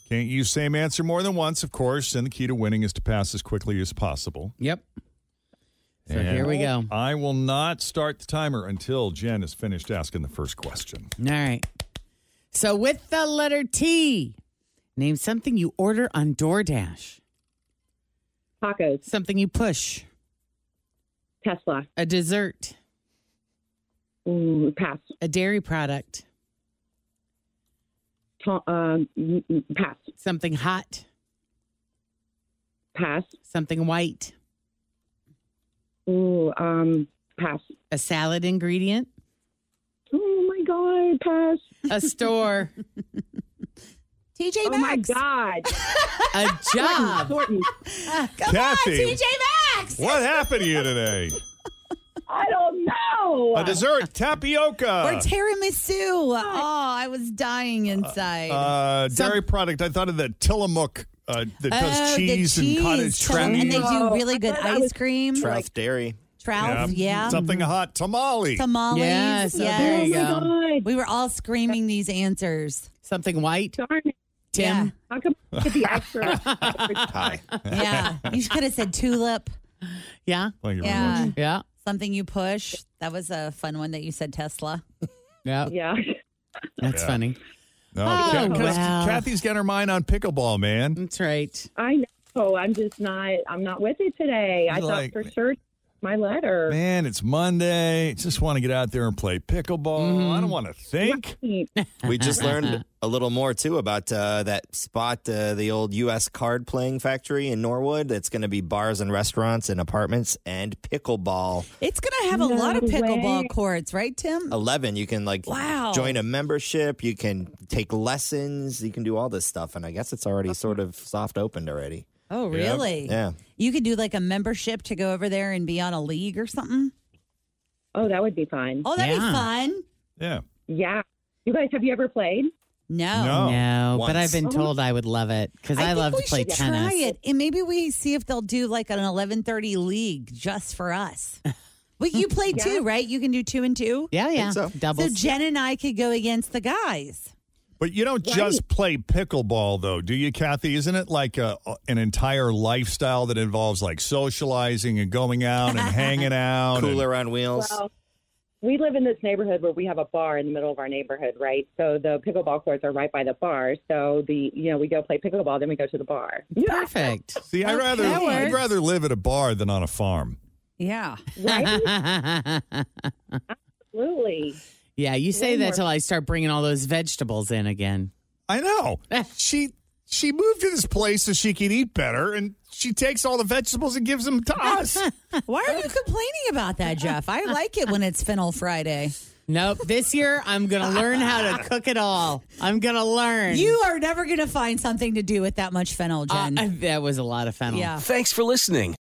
Speaker 2: Can't use same answer more than once, of course. And the key to winning is to pass as quickly as possible.
Speaker 3: Yep. So here we go.
Speaker 2: I will not start the timer until Jen has finished asking the first question.
Speaker 3: All right. So with the letter T, name something you order on DoorDash.
Speaker 22: Tacos.
Speaker 3: Something you push.
Speaker 22: Tesla.
Speaker 3: A dessert.
Speaker 22: pass.
Speaker 3: A dairy product.
Speaker 22: To- um, mm, mm, pass.
Speaker 3: Something hot.
Speaker 22: Pass.
Speaker 3: Something white.
Speaker 22: Ooh, um, pass.
Speaker 3: A salad ingredient.
Speaker 22: Oh my God, pass.
Speaker 3: A store.
Speaker 4: TJ
Speaker 22: Oh my God.
Speaker 3: a job.
Speaker 22: Thornton.
Speaker 4: Come
Speaker 2: Kathy.
Speaker 4: on, TJ Maxx.
Speaker 2: What happened to you today?
Speaker 22: I don't know.
Speaker 2: A dessert, tapioca.
Speaker 4: or tiramisu. Oh, I was dying inside.
Speaker 2: Uh, dairy product. I thought of that Tillamook uh, that does
Speaker 4: Oh, the
Speaker 2: cheese, and cottage
Speaker 4: cheese, Tillamook,
Speaker 2: cheese.
Speaker 4: And they do really good
Speaker 22: I thought I was-
Speaker 4: ice cream.
Speaker 7: Trout dairy.
Speaker 4: Trout, yeah.
Speaker 2: Something hot, tamale.
Speaker 4: Tamales.
Speaker 3: Yeah, so
Speaker 4: yes.
Speaker 3: there you
Speaker 22: Oh
Speaker 3: go.
Speaker 22: my God.
Speaker 4: We were all screaming these answers.
Speaker 3: Something white.
Speaker 22: Darn it.
Speaker 3: Tim.
Speaker 4: Yeah.
Speaker 22: How come I get the extra?
Speaker 7: Hi.
Speaker 4: Yeah. you could have said tulip.
Speaker 3: Yeah.
Speaker 2: Thank you very much.
Speaker 4: Yeah.
Speaker 3: Yeah.
Speaker 4: Something you push. That was a fun one that you said Tesla.
Speaker 3: Yeah.
Speaker 22: yeah.
Speaker 3: That's
Speaker 2: Yeah.
Speaker 3: funny.
Speaker 2: No,
Speaker 3: Oh, Mm-hmm.
Speaker 2: Ka- Ka-
Speaker 3: wow.
Speaker 2: Kathy's got her mind on pickleball, man.
Speaker 3: That's right.
Speaker 22: I know. I'm just not. I'm not with it today. I
Speaker 2: You're
Speaker 22: thought
Speaker 2: like-
Speaker 22: for sure my letter.
Speaker 2: Man, it's Monday. Just want to get out there and play pickleball. I don't want to think.
Speaker 7: We just learned a little more too about uh, that spot, uh, the old U.S. card playing factory in Norwood. That's going to be bars and restaurants and apartments and pickleball.
Speaker 4: It's going to have a lot of
Speaker 22: No
Speaker 4: pickleball
Speaker 22: way.
Speaker 4: courts, right, Tim?
Speaker 7: Eleven, you can like
Speaker 4: Wow.
Speaker 7: join a membership. You can take lessons. You can do all this stuff, and I guess it's already sort of soft opened already.
Speaker 4: Oh, really?
Speaker 7: Yeah.
Speaker 4: You could do like a membership to go over there and be on a league or something.
Speaker 22: Oh, that would be fun.
Speaker 4: Oh, that'd
Speaker 3: Yeah.
Speaker 4: be fun.
Speaker 2: Yeah.
Speaker 22: Yeah. You guys, have you ever played?
Speaker 4: No.
Speaker 2: No.
Speaker 3: No, but I've
Speaker 7: Once.
Speaker 3: been told I would love it because I,
Speaker 4: think
Speaker 3: love
Speaker 4: we
Speaker 3: to play
Speaker 4: should
Speaker 3: tennis.
Speaker 4: Try it, and maybe we see if they'll do like an eleven thirty league just for us. Well, you play two, right? You can do two and two.
Speaker 3: Yeah, yeah.
Speaker 7: so.
Speaker 3: Doubles.
Speaker 4: So Jen and I could go against the guys.
Speaker 2: But you don't just play pickleball, though, do you, Kathy? Isn't it like a, an entire lifestyle that involves like socializing and going out and hanging out? and-
Speaker 7: Cooler on wheels.
Speaker 22: Well, we live in this neighborhood where we have a bar in the middle of our neighborhood, right? So the pickleball courts are right by the bar. So the you know we go play pickleball, then we go to the bar.
Speaker 3: Perfect.
Speaker 2: See, I'd rather
Speaker 4: that
Speaker 2: I'd
Speaker 4: works.
Speaker 2: rather live at a bar than on a farm.
Speaker 4: Yeah.
Speaker 22: Right?
Speaker 3: yeah,
Speaker 22: Absolutely.
Speaker 3: you say
Speaker 22: Way
Speaker 3: that
Speaker 22: more-
Speaker 3: till I start bringing all those vegetables in again.
Speaker 2: I know. she she moved to this place so she could eat better, and she takes all the vegetables and gives them to us.
Speaker 4: Why are you complaining about that, Jeff? I like it when it's Fennel Friday.
Speaker 3: Nope. This year, I'm going to learn how to cook it all. I'm going to learn.
Speaker 4: You are never going to find something to do with that much fennel,
Speaker 3: Uh,
Speaker 4: Jen.
Speaker 3: that was a lot of fennel.
Speaker 4: yeah.
Speaker 1: Thanks for listening